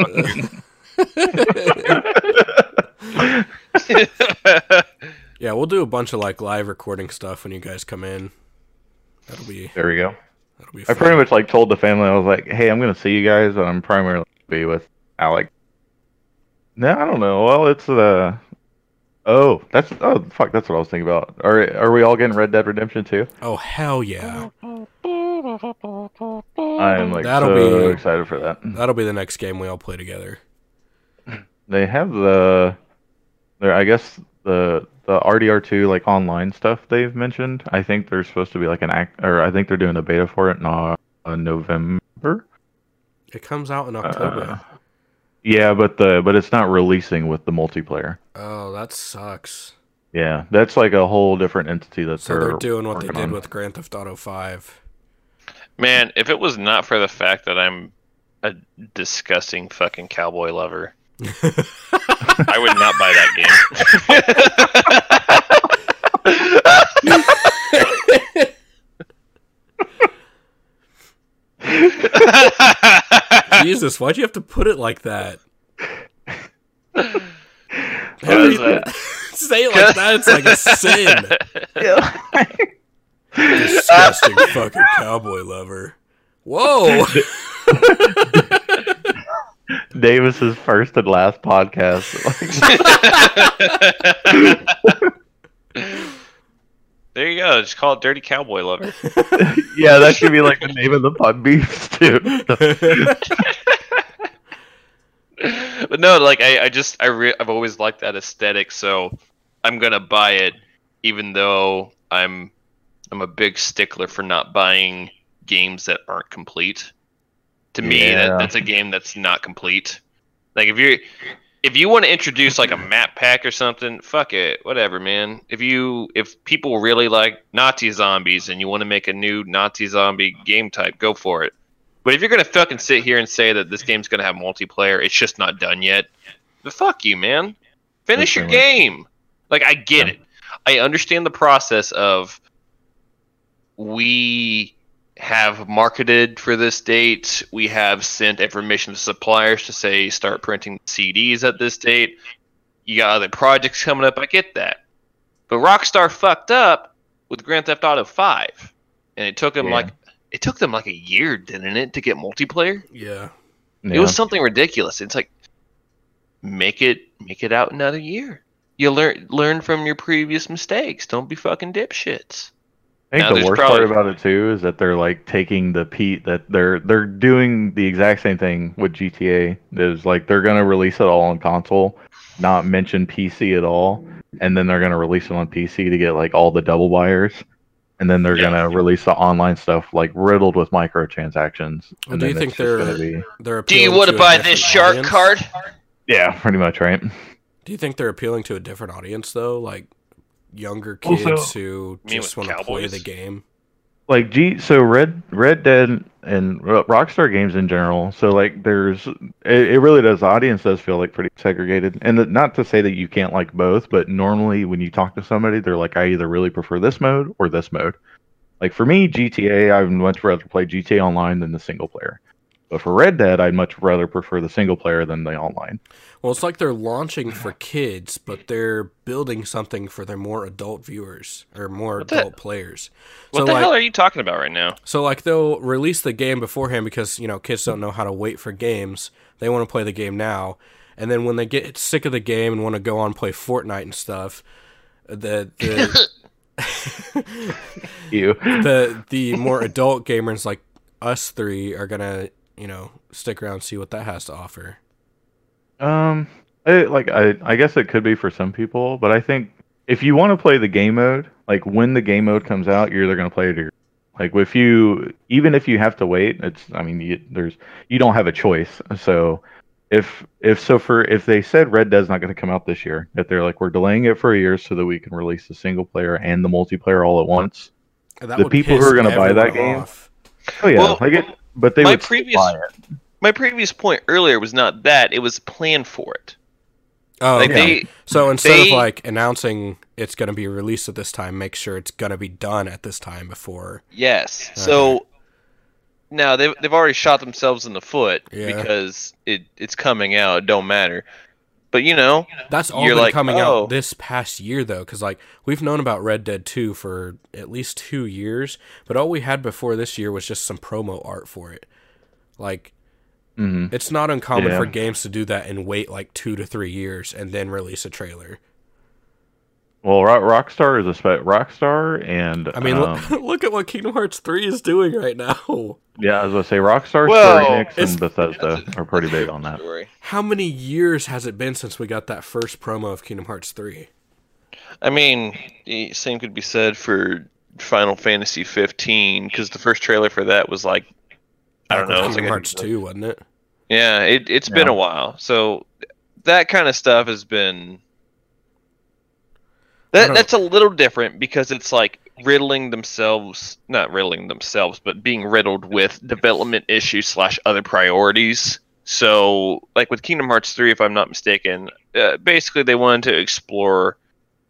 S1: Yeah, we'll do a bunch of like live recording stuff when you guys come in. That'll be
S4: There we go.
S1: that'll be.
S4: I
S1: Fun.
S4: pretty much like told the family, I was like, hey, I'm gonna see you guys, but I'm primarily gonna be with Alec. No, I don't know. Well, it's Uh... Oh, that's oh fuck! That's what I was thinking about. Are are we all getting Red Dead Redemption 2?
S1: oh hell yeah!
S4: I am like
S1: That'll
S4: so
S1: be-
S4: excited for that.
S1: That'll be the next game we all play together.
S4: They have the, there I guess the the RDR2 like online stuff they've mentioned. I think there's supposed to be like an act, or I think they're doing a beta for it in uh, uh, November.
S1: It comes out in
S4: Uh,
S1: October.
S4: yeah, but the but it's not releasing with the multiplayer.
S1: oh, that sucks.
S4: Yeah, that's like a whole different entity that
S1: So
S4: they're,
S1: they're doing what they
S4: working
S1: did
S4: on.
S1: with Grand Theft Auto Five.
S3: Man, if it was not for the fact that I'm a disgusting fucking cowboy lover, I would not buy that game.
S1: Jesus, why'd you have to put it like that?
S3: What is that?
S1: Say it like that, it's like a sin. Disgusting fucking cowboy lover. Whoa!
S4: Davis's first and last podcast.
S3: there you go. Just call it Dirty Cowboy Lover.
S4: yeah, that should be like the name of the pun beefs too.
S3: but no, like I, I just I re- I've always liked that aesthetic, so I'm gonna buy it, even though I'm I'm a big stickler for not buying games that aren't complete. To me,
S4: Yeah.
S3: that, that's a game that's not complete. Like if you're if you want to introduce like a map pack or something, fuck it, whatever, man. If you if people really like Nazi zombies and you want to make a new Nazi zombie game type, go for it. But if you're gonna fucking sit here and say that this game's gonna have multiplayer, it's just not done yet. But fuck you, man. Finish your
S4: Listen, like-
S3: game. Like I get it. I understand the process of we have marketed for this date. We have sent information to suppliers to say start printing CDs at this date. You got other projects coming up. I get that. But Rockstar fucked up with Grand Theft Auto 5. And it took them
S4: Yeah.
S3: like it took them like a year, didn't it, to get multiplayer?
S1: yeah.
S4: Yeah.
S3: It was something ridiculous. It's like make it make it out another year. You learn learn from your previous mistakes. Don't be fucking dipshits.
S4: I think
S3: Now,
S4: the
S3: there's
S4: worst part
S3: probably-
S4: about it too is that they're like taking the Pete that they're they're doing the exact same thing with GTA. Is like they're gonna release it all on console, not mention PC at all, and then they're gonna release it on PC to get like all the double buyers, and then they're
S3: Yeah.
S4: gonna release the online stuff like riddled with microtransactions.
S1: Well, do
S4: and then
S1: you
S4: it's
S1: think
S4: just
S1: they're-
S4: gonna be-
S1: They're
S3: Do you
S1: appealing
S3: want
S1: to
S3: to
S1: a
S3: buy
S1: different
S3: this shark
S1: audience.
S3: card?
S4: yeah, pretty much right?
S1: Do you think they're appealing to a different audience though, like younger kids who
S4: Also-
S3: You mean
S1: just
S3: with
S1: want to play
S3: cowboys?
S1: the game?
S4: like G so Red Red Dead and Ro- Rockstar games in general. So like there's it, it really does the audience does feel like pretty segregated. And th- not to say that you can't like both, but normally when you talk to somebody, they're like I either really prefer this mode or this mode. Like for me, GTA, I'd much rather play GTA online than the single player. But for Red Dead, I'd much rather prefer the single player than the online.
S1: Well, it's like they're launching for kids, but they're building something for their more adult viewers or more
S3: What the-
S1: adult players.
S3: What
S1: so
S3: the
S1: like,
S3: hell are you talking about right now?
S1: so like they'll release the game beforehand because you know kids don't know how to wait for games. They want to play the game now, and then when they get sick of the game and want to go on and play Fortnite and stuff, the the
S4: You
S1: the the more adult gamers like us three are gonna you know stick around and see what that has to offer.
S4: Um, I, like I, I guess it could be for some people, but I think if you want to play the game mode, like when the game mode comes out, you're either gonna play it or like if you even if you have to wait, it's I mean you, there's you don't have a choice. So if if so for if they said Red Dead's not gonna come out this year, if they're like we're delaying it for a year so that we can release the single player and the multiplayer all at once.
S1: And That
S4: The
S1: would
S4: people who are
S1: piss
S4: gonna buy that
S1: everyone
S4: game-
S1: off.
S4: Oh yeah,
S3: Well,
S4: like it, but they
S3: my
S4: would still
S3: previous-
S4: buy it.
S3: My previous point earlier was not that; it was planned for it.
S1: Oh,
S3: Like
S1: okay.
S3: they,
S1: So instead
S3: They-
S1: of like announcing it's going to be released at this time, make sure it's going to be done at this time before.
S3: yes.
S1: Okay.
S3: So now they've they've already shot themselves in the foot
S1: Yeah.
S3: because it it's coming out. It don't matter. But you know,
S1: That's all
S3: You're
S1: been
S3: like,
S1: coming
S3: oh.
S1: out this past year though, because like we've known about Red Dead Two for at least two years, but all we had before this year was just some promo art for it. Like
S4: Mhm.
S1: it's not uncommon
S4: Yeah.
S1: for games to do that and wait like two to three years and then release a trailer.
S4: Well, Rock, Rockstar is a spe- Rockstar, and
S1: I mean,
S4: um,
S1: look, look at what Kingdom Hearts Three is doing right now.
S4: Yeah, I was gonna say Rockstar,
S3: Well,
S4: Square Enix,
S1: it's-
S4: and Bethesda are pretty big on that.
S3: story.
S1: How many years has it been since we got that first promo of Kingdom Hearts Three?
S3: I mean, the same could be said for Final Fantasy 15 because the first trailer for that was like I
S1: Back with
S3: don't know, it was
S1: Kingdom
S3: like a-
S1: Hearts Two, wasn't it?
S3: Yeah, it, it's been
S4: Yeah.
S3: a while. So that kind of stuff has been.
S1: don't-
S3: That, that's a little different because it's like riddling themselves, not riddling themselves, but being riddled with development issues slash other priorities. So, like with Kingdom Hearts 3, if I'm not mistaken, uh, basically they wanted to explore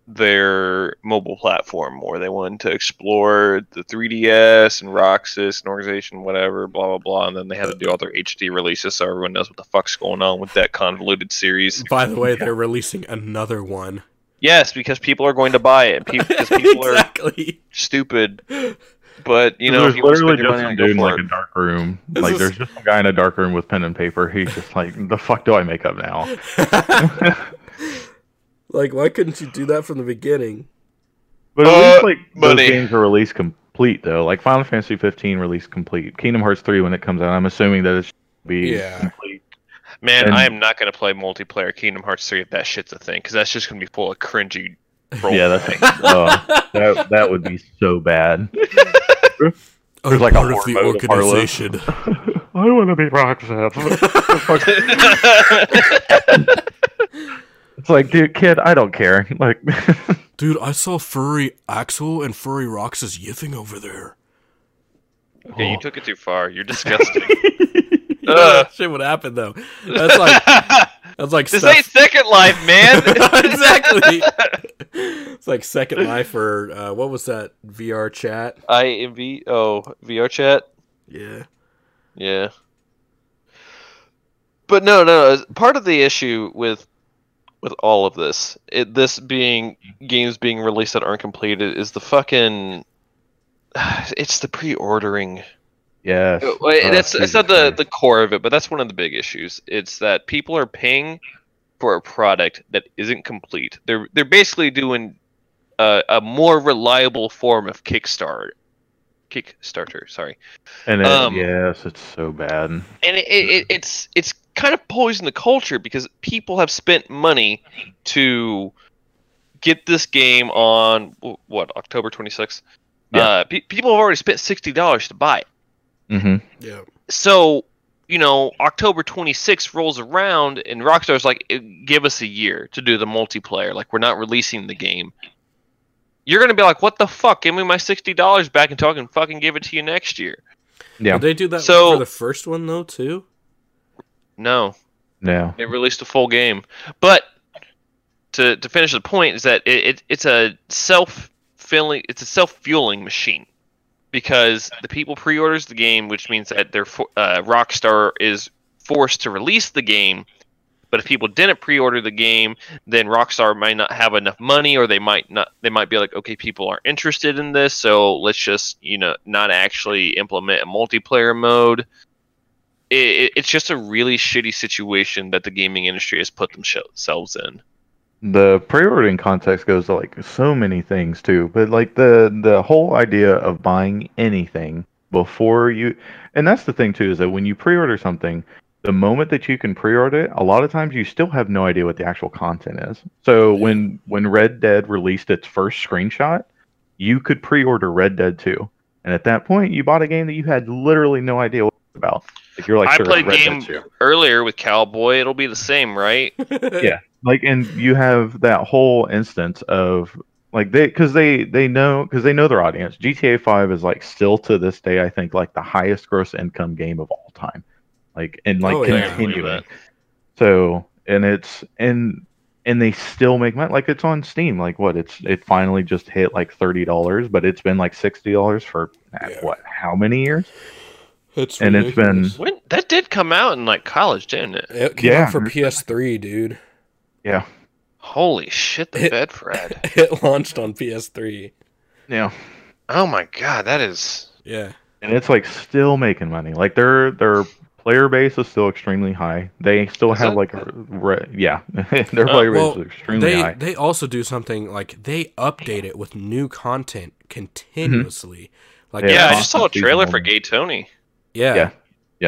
S3: their mobile platform more. They wanted to explore the 3DS and Roxas and Organization, whatever, blah, blah, blah. And then they had to do all their HD releases so everyone knows what the fuck's going on with that convoluted series.
S1: By the way, they're releasing another one.
S3: Yes, because people are going to buy it. People, because people are
S1: exactly.
S3: stupid. But you know, if
S4: there's
S3: you want to
S4: literally
S3: spend your
S4: just
S3: money on go
S4: some dude
S3: for
S4: in like a
S3: it.
S4: dark room.
S1: This
S4: like
S1: is-
S4: there's just some guy in a dark room with pen and paper. He's just like, the fuck do I make up now?
S1: like, why couldn't you do that from the beginning?
S4: But at least
S2: Uh,
S4: like
S2: money.
S4: those games are released complete though. Like Final Fantasy 15 released complete. Kingdom Hearts 3 when it comes out, I'm assuming that it should be
S1: Yeah.
S4: complete.
S3: Man,
S4: And-
S3: I am not going to play multiplayer Kingdom Hearts 3 if that shit's a thing, because that's just going to be full of cringy role
S4: Yeah, that's
S3: playing.
S4: uh, that that would be so bad.
S1: I'm
S4: like a
S1: part of
S4: horde
S1: the
S4: mode of Harlow.
S1: organization.
S4: I want to be Roxanne. it's like, dude, kid, I don't care. Like,
S1: Dude, I saw Furry Axel and Furry Roxas yiffing over there.
S3: yeah, you took it too far. You're disgusting.
S1: Yeah, that shit would happen though. That's like that's like
S3: Uh. this
S1: stuff-
S3: ain't Second Life, man.
S1: exactly. it's like Second Life or uh, what was that VR chat?
S3: IMV. Oh, VR chat.
S1: Yeah.
S3: Yeah. But no, no. as- Part of the issue with with all of this, it, this being games being released that aren't completed, is the fucking. It's the pre-ordering.
S4: yes,
S3: Uh, well,
S4: Oh,
S3: that's it's not
S4: Jesus
S3: the,
S4: Christ.
S3: the core of it, but that's one of the big issues. It's that people are paying for a product that isn't complete. They're they're basically doing uh, a more reliable form of Kickstarter. Kickstarter, sorry.
S4: And it,
S3: um,
S4: yes, it's so bad.
S3: and it, it, it, it's it's kind of poison the culture because people have spent money to get this game on wh- what October 26th.
S4: Yeah.
S3: Uh, pe- people have already spent sixty dollars to buy it, mm-hmm.
S4: hmm
S1: Yeah.
S3: so you know October 26th rolls around and Rockstar's like, "Eh, give us a year to do the multiplayer. Like we're not releasing the game. You're gonna be like, what the fuck? Give me my sixty dollars back until I can fucking give it to you next year.
S4: Yeah.
S1: Did they do that
S3: So-
S1: for the first one though too?
S3: No.
S4: No.
S3: They released a full game, but to to finish the point is that it, it it's a self filling it's a self fueling machine because the people pre-orders the game, which means that their uh, Rockstar is forced to release the game. But if people didn't pre-order the game, then Rockstar might not have enough money, or they might not. They might be like, okay, people aren't interested in this, so let's just you know not actually implement a multiplayer mode it, it- it's just a really shitty situation that the gaming industry has put themselves in.
S4: the pre-ordering context goes to like so many things too but like the the whole idea of buying anything before you and that's the thing too is that when you pre-order something the moment that you can pre-order it a lot of times you still have no idea what the actual content is so when when red dead released its first screenshot you could pre-order red dead 2 and at that point you bought a game that you had literally no idea what it was about like you're like
S3: I
S4: "Sure,
S3: played
S4: Red Dead
S3: game
S4: 2."
S3: earlier with Cowboy. It'll be the same, right?
S1: yeah.
S4: like and you have that whole instance of like they because they they know because they know their audience gta 5 is like still to this day i think like the highest gross income game of all time like and like
S1: Oh, yeah.
S3: Yeah, I believe
S4: continuing
S3: that.
S4: so and it's and and they still make money like it's on steam like what it's it finally just hit like $30 but it's been like $60 for eh,
S1: Yeah.
S4: what how many years And it's
S1: ridiculous.
S3: When that did come out in like college, didn't it?
S1: It came
S4: Yeah.
S1: out for PS3, dude.
S4: yeah
S3: Holy shit, the
S1: It-
S3: bed Fred.
S1: It launched on PS3.
S4: yeah
S3: Oh my god, that is.
S1: Yeah.
S4: and it's like still making money. Like their their player base is still extremely high. They still
S3: Is
S4: have
S3: it?
S4: like a re, yeah, their
S3: Uh,
S4: player base
S1: well,
S4: is extremely
S1: They
S4: high.
S1: they also do something like they update it with new content continuously. Like uh,
S4: Yeah,
S3: Yeah, I
S4: awesome
S3: just saw a
S4: season
S3: trailer for
S4: one.
S3: Gay Tony.
S1: Yeah.
S4: Mm-hmm. Yeah.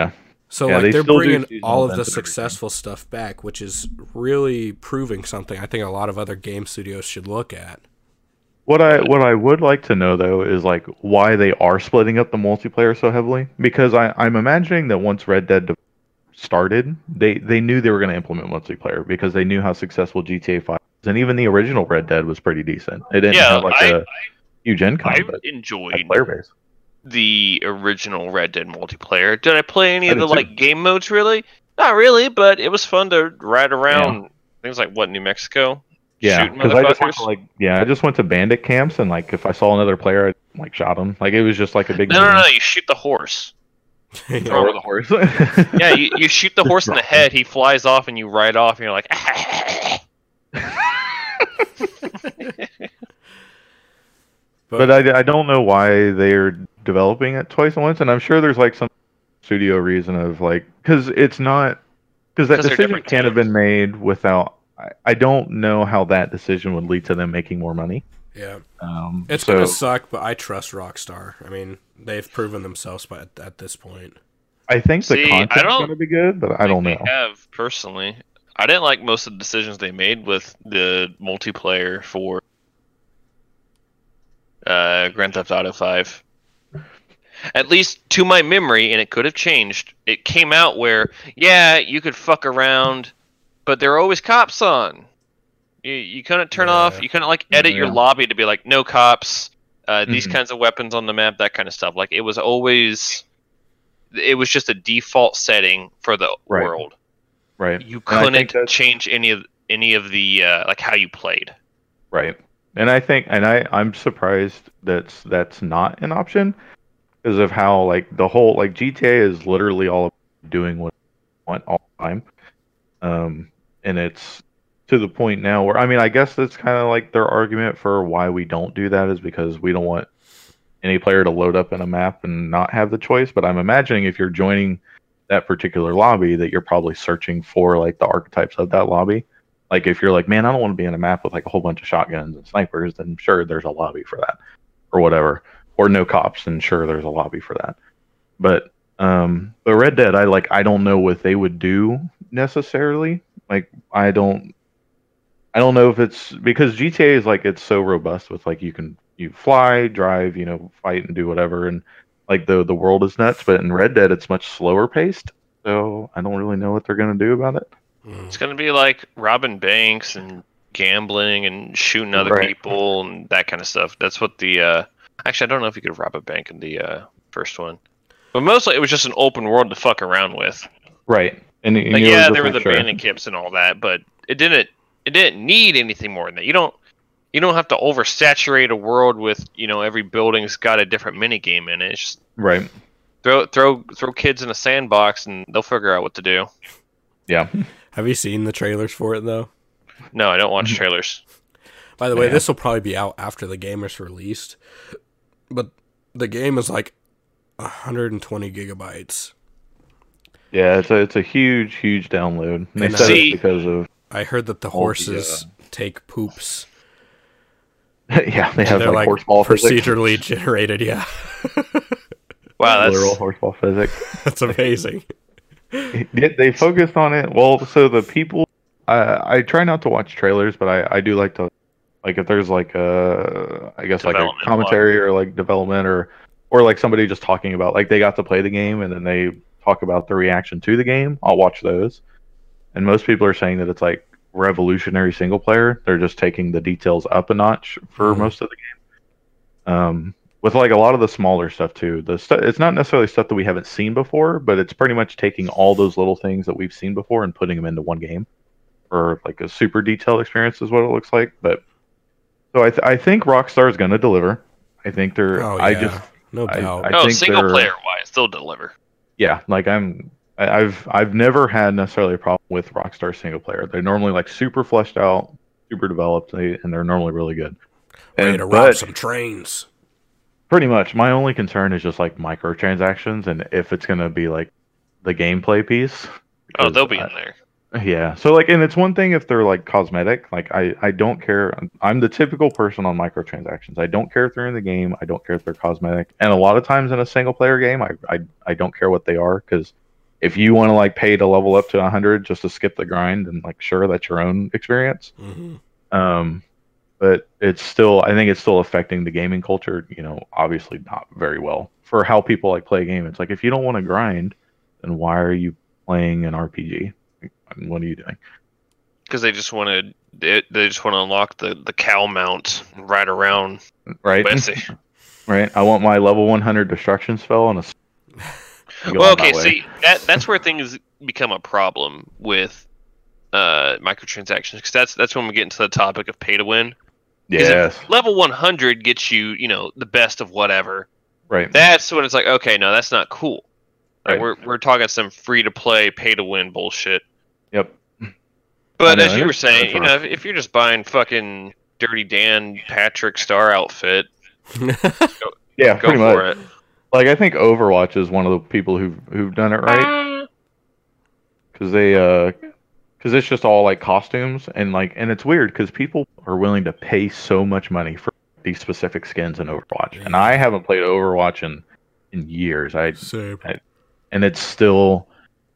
S4: Yeah.
S1: So
S4: Yeah,
S1: like
S4: they
S1: they're
S4: still do
S1: bringing
S4: seasonal
S1: all of the
S4: events and everything.
S1: successful stuff back, which is really proving something I think a lot of other game studios should look at.
S4: What I what I would like to know though is like why they are splitting up the multiplayer so heavily because I I'm imagining that once Red Dead started, they they knew they were going to implement multiplayer because they knew how successful GTA 5 was. and even the original Red Dead was pretty decent. It didn't
S3: Yeah,
S4: have like
S3: I-
S4: a huge income,
S3: I
S4: but it had
S3: enjoyed
S4: player base.
S3: the original Red Dead multiplayer. Did I play any
S4: I
S3: of
S4: did
S3: the
S4: too.
S3: like game modes really? Not really, but it was fun to ride around things like what New Mexico.
S4: Yeah,
S3: Shooting
S4: because I just went
S3: motherfuckers?
S4: to like yeah, I just went to bandit camps and like if I saw another player, I like shot him. Like it was just like a big
S3: No, no, no! You shoot the horse.
S1: yeah.
S3: no.
S4: Or the horse. yeah,
S3: Yeah, you, you shoot the
S4: Just
S3: horse in the
S4: drop
S3: head, he flies off, and you ride off, and you're like,
S4: but I, I don't know why they're developing it twice at once, and I'm sure there's like some studio reason of like because it's not because that
S3: 'Cause they're
S4: decision
S3: different
S4: can't have been made without. I, I don't know how that decision would lead to them making more money.
S1: Yeah,
S4: Um,
S1: it's
S4: so-
S1: gonna suck, but I trust Rockstar. I mean, they've proven themselves by at, at this point.
S4: I think the
S3: See, I
S4: content's
S3: don't
S4: going to be good, but I don't
S3: think
S4: know.
S3: they Have personally, I didn't like most of the decisions they made with the multiplayer for uh, Grand Theft Auto Five. At least to my memory, and it could have changed. It came out where, yeah, you could fuck around, but there were always cops on. You, you couldn't turn
S1: Yeah.
S3: off. You couldn't like edit your
S4: Yeah.
S3: lobby to be like no cops. Uh, these
S4: Mhm.
S3: kinds of weapons on the map, that kind of stuff. Like it was always, it was just a default setting for the
S4: Right.
S3: world.
S4: Right.
S3: You
S4: And I think
S3: couldn't
S4: that's-
S3: change any of any of the uh, like how you played.
S4: Right. And I think, and I, I'm surprised that's that's not an option because of how like the whole like GTA is literally all about doing what you want all the time, um, and it's to the point now where I mean, I guess that's kind of like their argument for why we don't do that is because we don't want any player to load up in a map and not have the choice. But I'm imagining if you're joining that particular lobby, that you're probably searching for like the archetypes of that lobby. Like if you're like, man, I don't want to be in a map with like a whole bunch of shotguns and snipers, then sure, there's a lobby for that, or whatever. Or no cops, then sure, there's a lobby for that. But um, but Red Dead, I like, I don't know what they would do necessarily. Like I don't, I don't know if it's because GTA is like it's so robust with like you can you fly, drive, you know, fight and do whatever, and like the the world is nuts. But in Red Dead, it's much slower paced. So I don't really know what they're gonna do about it.
S1: Mm.
S3: It's gonna be like robbing banks and gambling and shooting other
S4: Right.
S3: people and that kind of stuff. That's what the uh, actually I don't know if you could rob a bank in the uh, first one, but mostly it was just an open world to fuck around with.
S4: Right. And, and
S3: Like
S4: you
S3: yeah,
S4: just
S3: there were
S4: like,
S3: the
S4: sure.
S3: bandit camps and all that, but it didn't it didn't need anything more than that. You don't you don't have to oversaturate a world with you know every building's got a different mini game in it. It's just
S4: Right.
S3: throw throw throw kids in a sandbox and they'll figure out what to do.
S4: Yeah.
S1: Have you seen the trailers for it though?
S3: No, I don't watch trailers.
S1: By the way,
S4: Yeah.
S1: this will probably be out after the game is released, but the game is like 120 gigabytes.
S4: Yeah, it's a it's a huge, huge download. And they
S1: And, uh,
S4: said
S3: See-
S4: it because of
S1: I heard that the
S4: the,
S1: horses take poops.
S4: yeah, they have
S1: And they're like
S4: like, horseball physics.
S1: procedurally generated. Yeah,
S3: Wow, that's
S4: literal horseball physics.
S1: that's amazing.
S4: they, they focused on it. Well, so the people, I I try not to watch trailers, but I I do like to like if there's like a I guess like a
S3: Development
S4: commentary or like development or or like somebody just talking about like they got to play the game and then they talk about the reaction to the game. I'll watch those. And most people are saying that it's like revolutionary single player. They're just taking the details up a notch for
S1: Mhm.
S4: most of the game. Um, with like a lot of the smaller stuff too. The stu it's not necessarily stuff that we haven't seen before, but it's pretty much taking all those little things that we've seen before and putting them into one game for like a super detailed experience is what it looks like. But so I, th- I think Rockstar is going to deliver. I think they're.
S1: Oh,
S4: I
S1: yeah.
S4: just
S1: No
S4: I-
S1: doubt.
S4: I-
S3: no
S4: think
S3: Oh, single
S4: they're-
S3: player wise, they'll deliver. Oh,
S4: yeah, like I'm. I- I've I've never had necessarily a problem with Rockstar single player. They're normally like super fleshed out, super developed, they, and they're normally really good.
S1: Ready
S4: And,
S1: to rob
S4: but
S1: some trains.
S4: pretty much, my only concern is just like microtransactions and if it's gonna be like the gameplay piece.
S3: Oh,
S4: because
S3: they'll be
S4: I-
S3: in there.
S4: yeah. So like, and it's one thing if they're like cosmetic. Like I, I don't care. I'm the typical person on microtransactions. I don't care if they're in the game. I don't care if they're cosmetic. And a lot of times in a single player game, I, I, I don't care what they are because if you want to like pay to level up to 100 just to skip the grind, and like sure, that's your own experience.
S1: hmm
S4: Um, but it's still, I think it's still affecting the gaming culture. You know, obviously not very well for how people like play a game. It's like if you don't want to grind, then why are you playing an RPG? Like, What are you doing?
S3: because they just want to they, they just want to unlock the the cow mount and ride around
S4: right?
S3: Bessie.
S4: Right. I want my level 100 destruction spell on a. s- go
S3: well,
S4: on
S3: okay,
S4: that way.
S3: see that that's where things become a problem with uh, microtransactions because that's that's when we get into the topic of pay to win. Is it-
S4: Yes.
S3: Level 100 gets you you know the best of whatever.
S4: Right.
S3: That's when it's like okay, no, that's not cool. Like,
S4: Right.
S3: We're we're talking some free to play pay to win bullshit.
S4: Yep.
S3: But
S4: I know,
S3: as you were
S4: it's-
S3: saying,
S4: it's
S3: you know, if, if you're just buying fucking Dirty Dan Patrick Star outfit,
S4: Yeah.
S3: go
S4: pretty
S3: for it.
S4: much. Like I think Overwatch is one of the people who who've done it
S2: Uh-huh.
S4: right. Cuz they uh cuz it's just all like costumes and like and it's weird cuz people are willing to pay so much money for these specific skins in Overwatch.
S3: Mm.
S4: And I haven't played Overwatch in in years. I
S1: Same.
S4: and it's still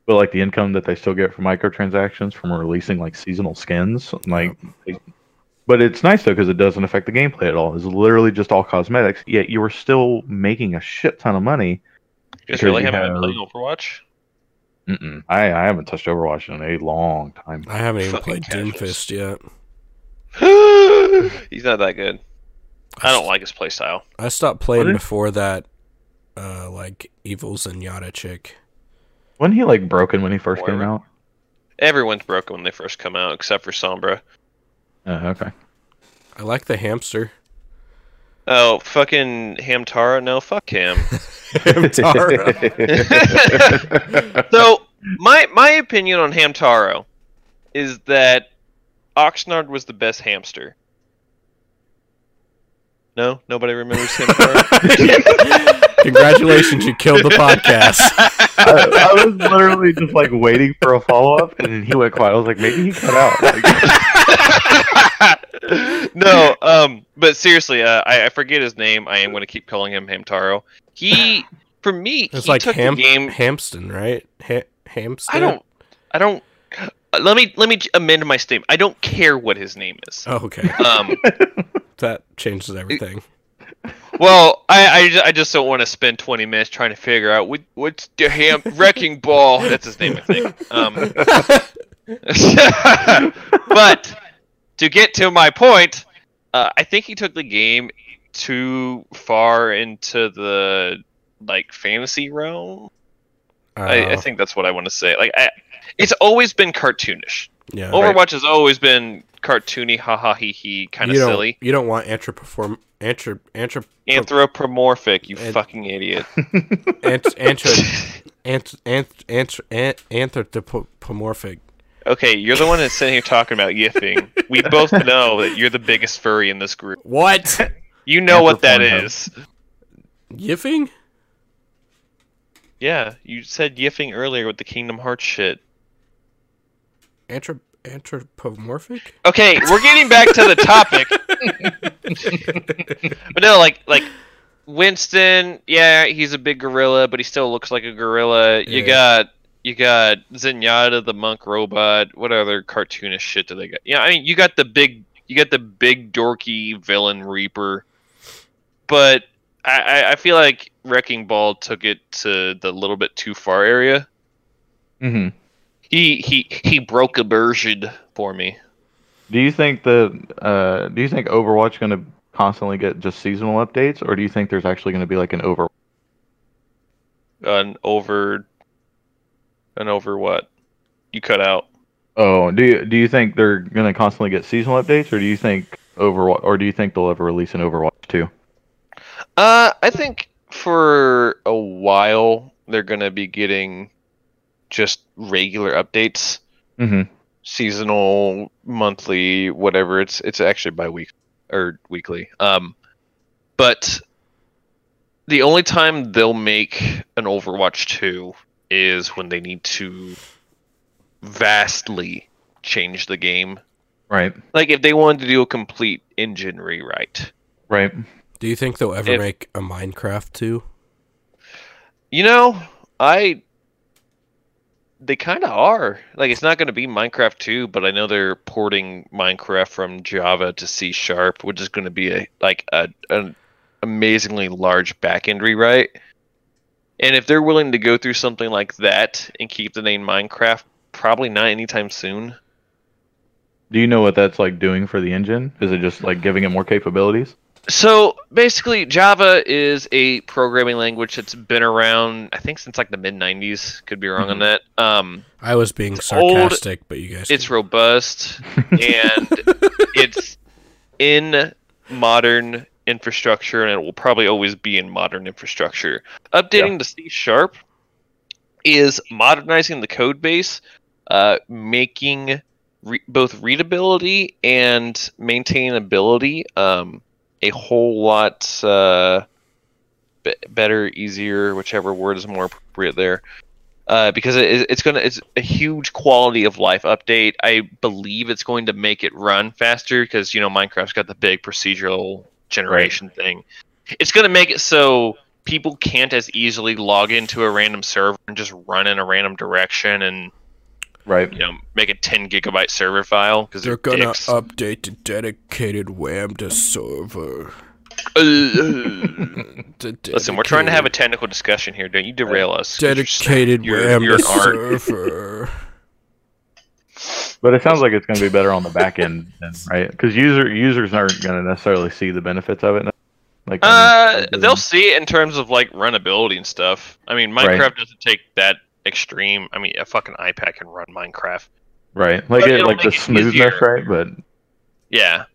S4: but like the income that they still get from microtransactions from releasing like seasonal skins like they- but it's nice though because it doesn't affect the gameplay at all it's literally just all cosmetics yet you are still making a shit ton of money
S3: You guys
S4: Because
S3: really
S4: you
S3: haven't been
S4: have-
S3: playing Overwatch?
S4: Mm-mm. I, I haven't touched overwatch in a long time
S1: I haven't even
S3: Fucking
S1: played
S3: casuals.
S1: Doomfist yet.
S3: He's not that good. I don't like his playstyle.
S1: I stopped playing
S4: What?
S1: before that, uh, like evil Zenyatta chick.
S4: wasn't he like broken when he first came
S3: Whatever.
S4: out
S3: Everyone's broken when they first come out, except for Sombra.
S4: uh, okay
S1: I like the hamster.
S3: Oh, fucking Hamtaro? No, fuck him.
S1: Hamtaro.
S3: so my my opinion on Hamtaro is that Oxnard was the best hamster. No, nobody remembers Hamtaro.
S1: Congratulations, you killed the podcast.
S4: I, I was literally just like waiting for a follow-up and then he went quiet i was like maybe he cut out Like,
S3: no, um, but seriously, uh, I, I forget his name. I am going to keep calling him Hamtaro. He, for me,
S1: It's
S3: he
S1: like
S3: took
S1: ham-
S3: the game.
S1: Hamston, right? Ha- hamster.
S3: I don't, I don't. uh, Let me let me j- amend my statement. I don't care what his name is.
S1: Oh, okay,
S3: Um,
S1: that changes everything.
S3: well, I, I, ju- I just don't want to spend 20 minutes trying to figure out what what's the ham wrecking ball. That's his name, I think. Um, but to get to my point, uh, I think he took the game too far into the like fantasy realm. I, I
S1: Uh,
S3: think that's what I want to say. Like, I, it's always been cartoonish.
S1: yeah.
S3: Overwatch has always been cartoony, ha ha he he, kind of
S1: you don't,
S3: silly,
S1: You don't want anthropomorph anthrop anthrop
S3: anthropomorphic. You
S1: And-
S3: fucking idiot.
S1: ant, antro, ant, ant, ant, ant, anthropomorphic.
S3: Okay, you're the one that's sitting here talking about yiffing. We both know that you're the biggest furry in this group.
S1: What?
S3: You know what that
S4: Anthropomorph.
S3: is.
S1: Yiffing?
S3: Yeah, you said yiffing earlier with the Kingdom Hearts shit.
S1: Anthrop anthropomorphic?
S3: Okay, we're getting back to the topic. but no, like like Winston, yeah, he's a big gorilla, but he still looks like a gorilla. You
S1: Yeah.
S3: got you got Zenyatta the monk robot. What other cartoonish shit do they got? Yeah, I mean, you got the big you got the big dorky villain Reaper. But I, I, I feel like Wrecking Ball took it to the little bit too far area.
S4: mhm.
S3: He he he broke a version for me.
S4: Do you think the uh, do you think Overwatch going to constantly get just seasonal updates, or do you think there's actually going to be like an over?
S3: an over an over what you cut out
S4: Oh, do you do you think they're going to constantly get seasonal updates, or do you think Overwatch, or do you think they'll ever release an Overwatch two?
S3: uh i think for a while they're gonna be getting just regular updates
S4: Mm-hmm.
S3: seasonal monthly whatever it's it's actually by week or weekly um but the only time they'll make an overwatch 2 is when they need to vastly change the game
S4: Right.
S3: like if they wanted to do a complete engine rewrite
S4: Right.
S1: Do you think they'll ever
S3: If-
S1: make a Minecraft too?
S3: you know i they kind of are like it's not going to be minecraft 2 but i know they're porting minecraft from java to c sharp which is going to be a like a, an amazingly large backend rewrite and if they're willing to go through something like that and keep the name minecraft probably not anytime soon
S4: Do you know what that's like doing for the engine? Is it just like giving it more capabilities?
S3: So basically, Java is a programming language that's been around, I think, since like the mid '90s. Could be wrong on that. Um,
S1: I was being
S3: old.
S1: sarcastic, but you guys.
S3: it's robust and it's in modern infrastructure, and it will probably always be in modern infrastructure. Updating to C sharp is modernizing the code base, uh, making re- both readability and maintainability um, a whole lot uh, b- better, easier, whichever word is more appropriate there. Uh, because it, it's gonna it's a huge quality of life update. I believe it's going to make it run faster because you know Minecraft's got the big procedural generation thing. It's gonna make it so people can't as easily log into a random server and just run in a random direction and
S4: Right.
S3: you know make a 10 gigabyte server file because
S1: They're
S3: they're,
S1: gonna
S3: dicks.
S1: update the dedicated WAM to server. The
S3: Listen, we're trying to have a
S1: dedicated-
S3: technical discussion here. Don't you derail us. 'cause you're s-
S1: dedicated
S3: you're-
S1: WAM
S3: you're
S1: to
S3: an art.
S1: server.
S4: But it sounds like it's going to be better on the back end, then, right? Because user users aren't going to necessarily see the benefits of it. Like,
S3: Uh,
S4: um,
S3: they'll see it in terms of like runability and stuff. I mean, Minecraft
S4: Right.
S3: doesn't take that extreme. I mean, a fucking iPad can run Minecraft.
S4: right, like
S3: but
S4: it,
S3: it'll
S4: like the
S3: make it easier.
S4: smoothness, right? But
S3: Yeah.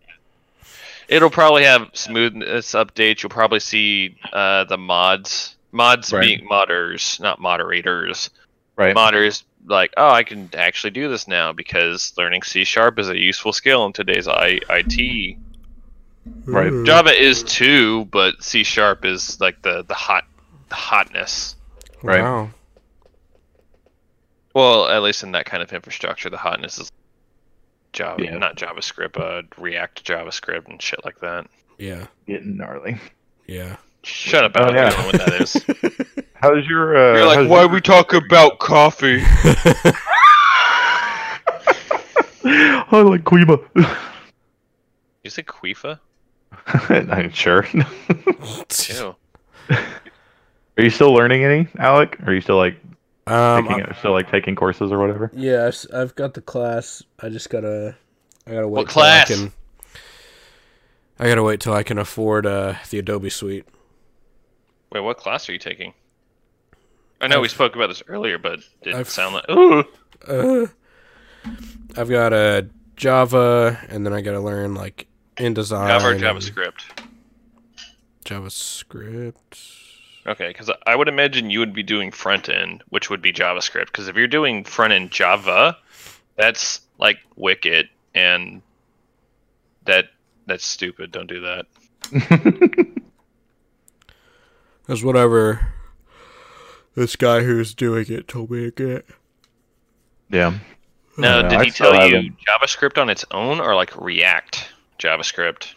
S3: It'll probably have smoothness updates. You'll probably see uh, the mods, mods
S4: Right.
S3: being modders, not moderators.
S4: right,
S3: Modders like, oh, I can actually do this now because learning C sharp is a useful skill in today's I- IT.
S4: Right.
S1: Mm.
S3: Java is too, but C sharp is like the the hot the hotness.
S4: Right.
S1: Wow.
S3: Well, at least in that kind of infrastructure, the hotness is Java,
S4: Yeah.
S3: not JavaScript, uh, React JavaScript and shit like that.
S1: Yeah.
S4: getting gnarly.
S1: Yeah.
S3: Shut up,
S4: Oh,
S3: I don't
S4: yeah.
S3: know what that is.
S4: How's your? Uh,
S2: You're like,
S4: how's
S2: why
S4: your-
S2: we talk about coffee?
S4: I like Quiba.
S3: You said Queefa?
S4: I'm sure.
S3: Ew.
S4: Are you still learning any, Alec? Are you still like
S1: um,
S4: taking, still like taking courses or whatever?
S1: Yeah, I've, s- I've got the class. I just gotta, I gotta wait.
S3: What
S1: till
S3: class?
S1: I, can, I gotta wait till I can afford uh, the Adobe Suite.
S3: Wait, what class are you taking? I know we
S1: I've-
S3: spoke about this earlier, but it
S1: I've-
S3: didn't sound like. Ooh.
S1: Uh, I've got uh, Java, and then I gotta learn like InDesign,
S3: Java or
S1: and
S3: JavaScript?
S1: JavaScript.
S3: Okay, because I would imagine you would be doing front end, which would be JavaScript. Because if you're doing front end Java, that's like Wicked, and that that's stupid. Don't do that.
S1: That's whatever this guy who's doing it told me to get.
S4: Yeah.
S3: No,
S4: Hmm. Yeah,
S3: did
S4: I
S3: he
S4: still
S3: tell you
S4: haven't.
S3: JavaScript on its own or like React JavaScript?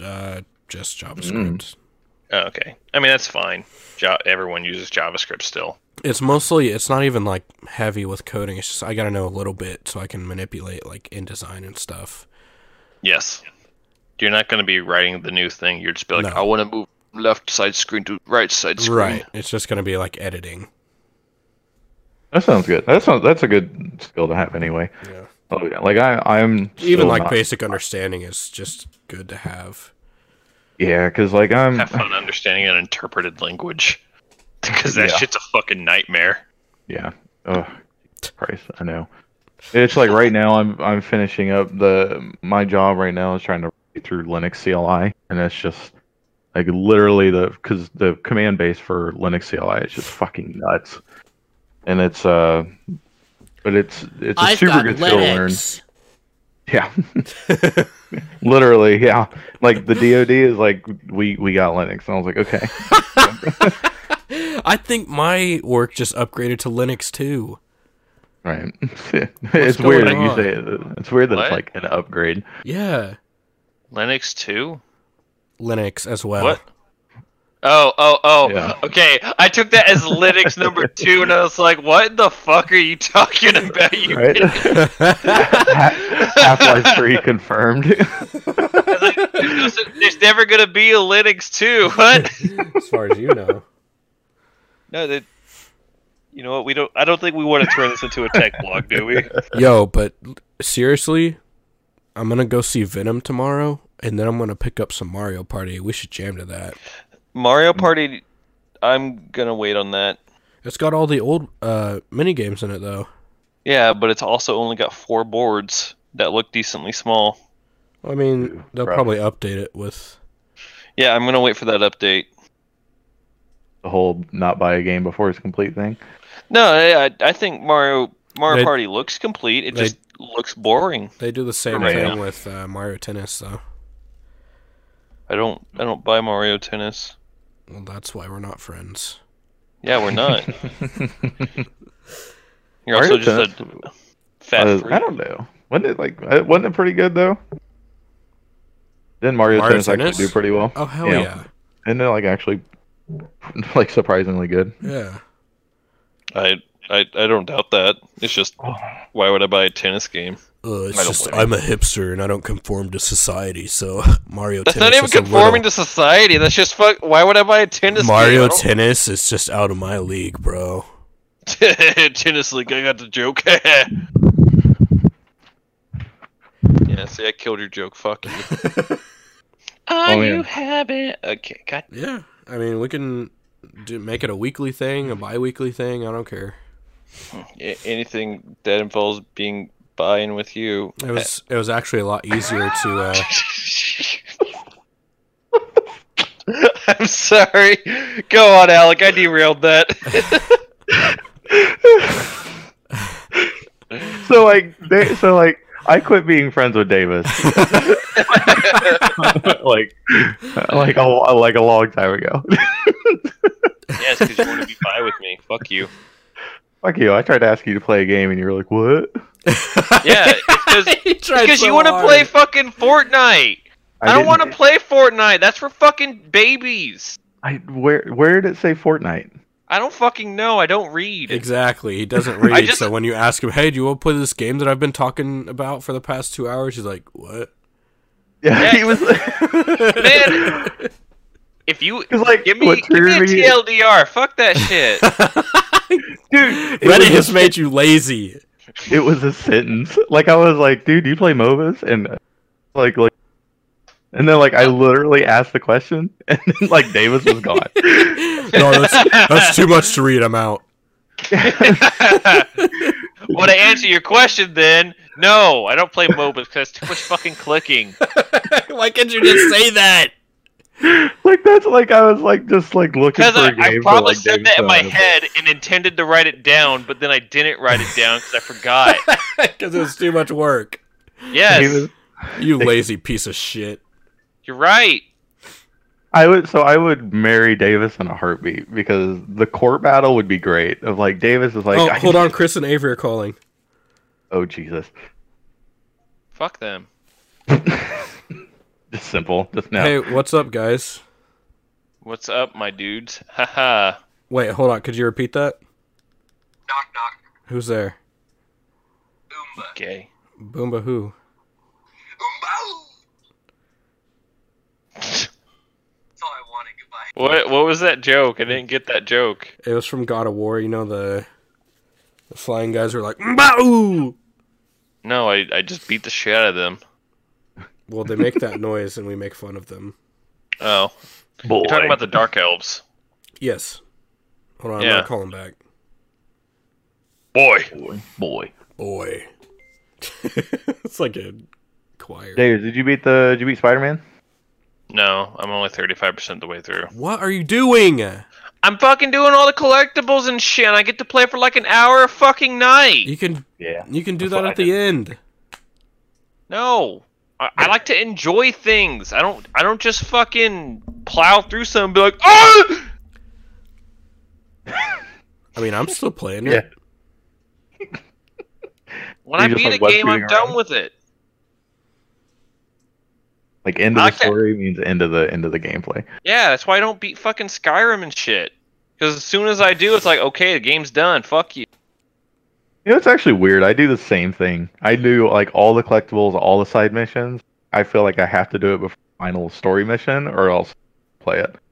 S1: Uh, just JavaScript.
S3: Oh, okay, I mean that's fine. Jo- everyone uses JavaScript still.
S1: It's mostly. It's not even like heavy with coding. It's just I gotta know a little bit so I can manipulate like InDesign and stuff.
S3: Yes, you're not going to be writing the new thing. You're just be like,
S1: No.
S3: I want to move from left side screen to right side screen.
S1: Right. It's just gonna be like editing.
S4: That sounds good. That sounds that's a good skill to have anyway.
S1: Yeah.
S4: Oh, yeah. Like I, I'm
S1: Even
S4: still
S1: like
S4: not-
S1: basic understanding is just good to have.
S4: yeah, because like I'm
S3: Have fun understanding an interpreted language, because that
S4: Yeah.
S3: shit's a fucking nightmare.
S4: yeah. Oh, Christ, I know. It's like right now I'm I'm finishing up the my job right now is trying to read through Linux CLI and that's just like literally the because the command base for Linux CLI is just fucking nuts, and it's uh, but it's it's a super good skill to learn. Yeah. Literally, yeah. Like the DoD is like we we got Linux, and I was like, okay,
S1: I think my work just upgraded to Linux too.
S4: right. it's
S1: going
S4: weird that you
S1: on?
S4: say it. It's weird that
S3: What?
S4: it's like an upgrade.
S1: Yeah.
S3: Linux too.
S1: Linux as well.
S3: What? Oh, oh, oh.
S4: Uh, Yeah.
S3: Okay. I took that as Linux number two, and I was like, what the fuck are you talking about? You
S4: Right? Half Life Three confirmed.
S3: There's never gonna be a Linux too. What?
S1: as far as you know.
S3: No, that. You know what? We don't. I don't think we want to turn this into a tech blog, do we?
S1: Yo, but seriously, I'm gonna go see Venom tomorrow and then I'm gonna pick up some Mario Party. We should jam to that.
S3: Mario Party. I'm gonna wait on that.
S1: It's got all the old uh mini games in it though.
S3: Yeah, but it's also only got four boards that look decently small.
S1: I mean, they'll
S4: probably.
S1: probably update it with
S3: Yeah, I'm gonna wait for that update.
S4: the whole not buy a game before it's complete thing.
S3: No, I, I- I think Mario Mario
S1: They-
S3: Party looks complete. It
S1: they-
S3: just looks boring.
S1: They do the same
S3: Right.
S1: thing with uh, Mario Tennis, though.
S3: I don't I don't buy Mario Tennis.
S1: Well, that's why we're not friends.
S3: Yeah, we're not. You're
S4: Mario
S3: also just a fat
S4: Uh,
S3: freak.
S4: I don't know. Wasn't it like? uh, Wasn't it pretty good though? Didn't Mario,
S1: Mario
S4: Tennis,
S1: Tennis?
S4: actually do pretty well?
S1: Oh hell
S4: Yeah.
S1: yeah,
S4: Isn't it like actually like surprisingly good?
S1: yeah.
S3: I, I I don't doubt that. It's just
S1: Oh.
S3: why would I buy a tennis game?
S1: Uh, it's
S3: I don't
S1: just
S3: blame
S1: I'm a hipster and I don't conform to society, so Mario
S3: That's
S1: Tennis
S3: not even
S1: is a
S3: conforming
S1: little-
S3: to society. That's just fuck. Why would I buy a tennis
S1: Mario
S3: game?
S1: Tennis is just out of my league, bro.
S3: Mario tennis league. I got the joke. yeah, see, I killed your joke. Fuck you. Are
S4: Oh, yeah.
S3: you having? Okay, God.
S1: Yeah, I mean we can do, make it a weekly thing, a bi-weekly thing. I don't care.
S3: a- Anything that involves being buying with you.
S1: It was it was actually a lot easier to. Uh,
S3: I'm sorry. Go on, Alec. I derailed that.
S4: So like, they, so like, I quit being friends with Davis. like, like a like a long time ago.
S3: yes, because you want to be bi with me. Fuck you.
S4: Fuck you! I tried to ask you to play a game, and you were like, "What?"
S3: Yeah, because
S1: He tried
S3: because
S1: so
S3: you want to
S1: hard.
S3: play fucking Fortnite. I, don't
S4: didn't-
S3: want to play Fortnite. That's for fucking babies.
S4: I where where did it say Fortnite?
S3: I don't fucking know. I don't read.
S1: Exactly. He doesn't read.
S3: just-
S1: So when you ask him, "Hey, do you want to play this game that I've been talking about for the past two hours?" He's like, "What?"
S4: Yeah,
S3: Yeah.
S4: he was.
S3: Man, if you
S4: 'Cause, like,
S3: give me
S4: what
S3: give me a
S4: triggered me-
S3: TLDR, fuck that shit.
S4: dude, it was
S1: Reddit
S4: a-
S1: has made you lazy.
S4: it was a sentence. Like I was like, dude, do you play MOBAs? And uh, like like and then like I literally asked the question and then like Davis was gone.
S1: No, that's,
S4: Oh,
S1: that's too much to read. I'm out.
S3: well, to answer your question, then no, I don't play MOBAs because that's too much fucking clicking.
S1: Why can't you just say that?
S4: like that's like I was like just like looking
S3: Because
S4: for
S3: I,
S4: a game.
S3: I
S4: for,
S3: probably
S4: like,
S3: said
S4: Davis
S3: that in my
S4: to-
S3: head and intended to write it down, but then I didn't write it down because I forgot.
S1: Because it was too much work.
S4: He
S3: Yes,
S4: was-
S1: You lazy piece of shit.
S3: you're right.
S4: I would so I would marry Davis in a heartbeat because the court battle would be great. Of like Davis is like
S1: oh,
S4: I-
S1: hold on. Chris and Avery are calling.
S4: oh Jesus,
S3: Fuck them.
S4: just simple, just now.
S1: Hey, what's up, guys?
S3: What's up, my dudes? Haha.
S1: Wait, hold on. Could you repeat that?
S2: Knock, knock.
S1: Who's there?
S2: Oomba.
S3: okay.
S1: Boomba who?
S2: Oomba! That's all I wanted. Goodbye.
S3: What what was that joke? I
S4: Mm.
S3: didn't get that joke.
S1: It was from God of War. You know the, the flying guys were like, "Mbao!"
S3: No, I, I just beat the shit out of them.
S1: Well, they make that noise and we make fun of them.
S3: Oh.
S4: Boy.
S3: You're talking about the dark elves.
S1: Yes. Hold on, I'm
S3: Yeah.
S1: not calling back.
S3: Boy.
S4: boy. boy.
S1: Boy. it's like a choir.
S4: Davis, did you beat the did you beat Spider Man?
S3: No, I'm only 35% the way through.
S1: What are you doing?
S3: I'm fucking doing all the collectibles and shit, and I get to play for like an hour a fucking night.
S1: You can
S4: Yeah.
S1: you can do
S4: That's
S1: that
S4: what
S1: at
S4: I
S1: the end.
S3: No. I, I like to enjoy things. I don't I don't just fucking plow through some and be like, "Oh!"
S1: I mean, I'm still playing it.
S4: Yeah.
S3: When
S4: You
S3: I
S4: just,
S3: beat
S4: like,
S3: a
S4: web
S3: game, I'm
S4: shooting
S3: done
S4: around.
S3: with it.
S4: Like end of
S3: I
S4: the
S3: ca-
S4: story means end of the end of the gameplay.
S3: Yeah, that's why I don't beat fucking Skyrim and shit. Because as soon as I do, it's like, okay, the game's done. Fuck you.
S4: You know, it's actually weird. I do the same thing. I do like all the collectibles, all the side missions. I feel like I have to do it before the final story mission, or else play it.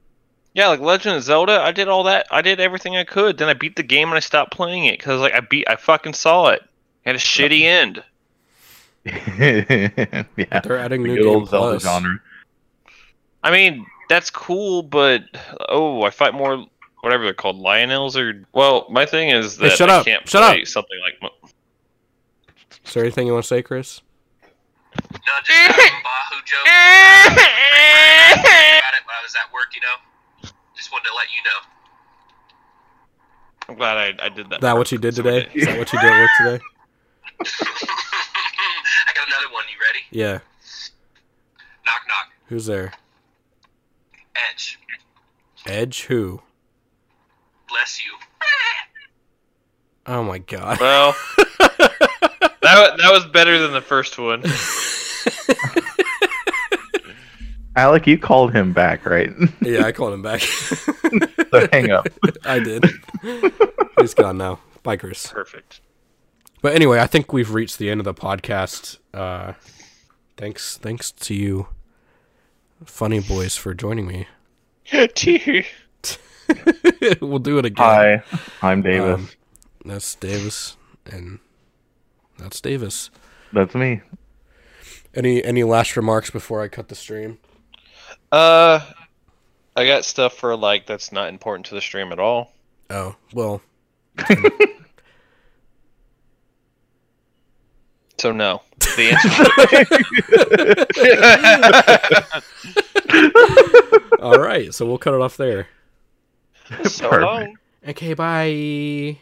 S3: Yeah, like Legend of Zelda, I did all that. I did everything I could. Then I beat the game and I stopped playing it because like I beat, I fucking saw it. It had a shitty end.
S4: yeah,
S1: They're adding
S4: the
S1: new
S4: good
S1: game
S4: old Zelda
S1: plus.
S4: genre.
S3: I mean, that's cool, but oh, I fight more whatever they're called, Lionels or well, my thing is
S1: Hey,
S3: that
S1: shut
S3: I
S1: up,
S3: can't
S1: shut
S3: play
S1: up.
S3: something like mo-
S1: Is there anything you want to say, Chris?
S2: No, just that Oomba who joke. About it when I was at work, you know. Just wanted to let you know.
S3: I'm glad I, I did that.
S1: Is that what you did
S3: Sorry.
S1: today? Is that what you did at work today?
S2: I got another one. You ready?
S1: Yeah.
S2: Knock, knock.
S1: Who's there?
S5: Edge.
S1: Edge who?
S5: Bless you.
S1: Oh my god.
S3: Well, that wa- that was better than the first one.
S4: Alec, you called him back, right?
S1: yeah, I called him back.
S4: so hang up.
S1: I did. He's gone now. Bye, Chris.
S3: Perfect.
S1: But anyway, I think we've reached the end of the podcast. Uh, thanks, thanks to you, funny boys, for joining me.
S3: Tear.
S1: we'll do it again.
S4: Hi, I'm Davis.
S1: Um, That's Davis, and that's Davis.
S4: That's me.
S1: Any any last remarks before I cut the stream?
S3: Uh, I got stuff for like that's not important to the stream at all.
S1: Oh well,
S3: So no, the answer.
S1: all right. So we'll cut it off there.
S3: so
S4: Perfect.
S3: long.
S1: Okay, bye.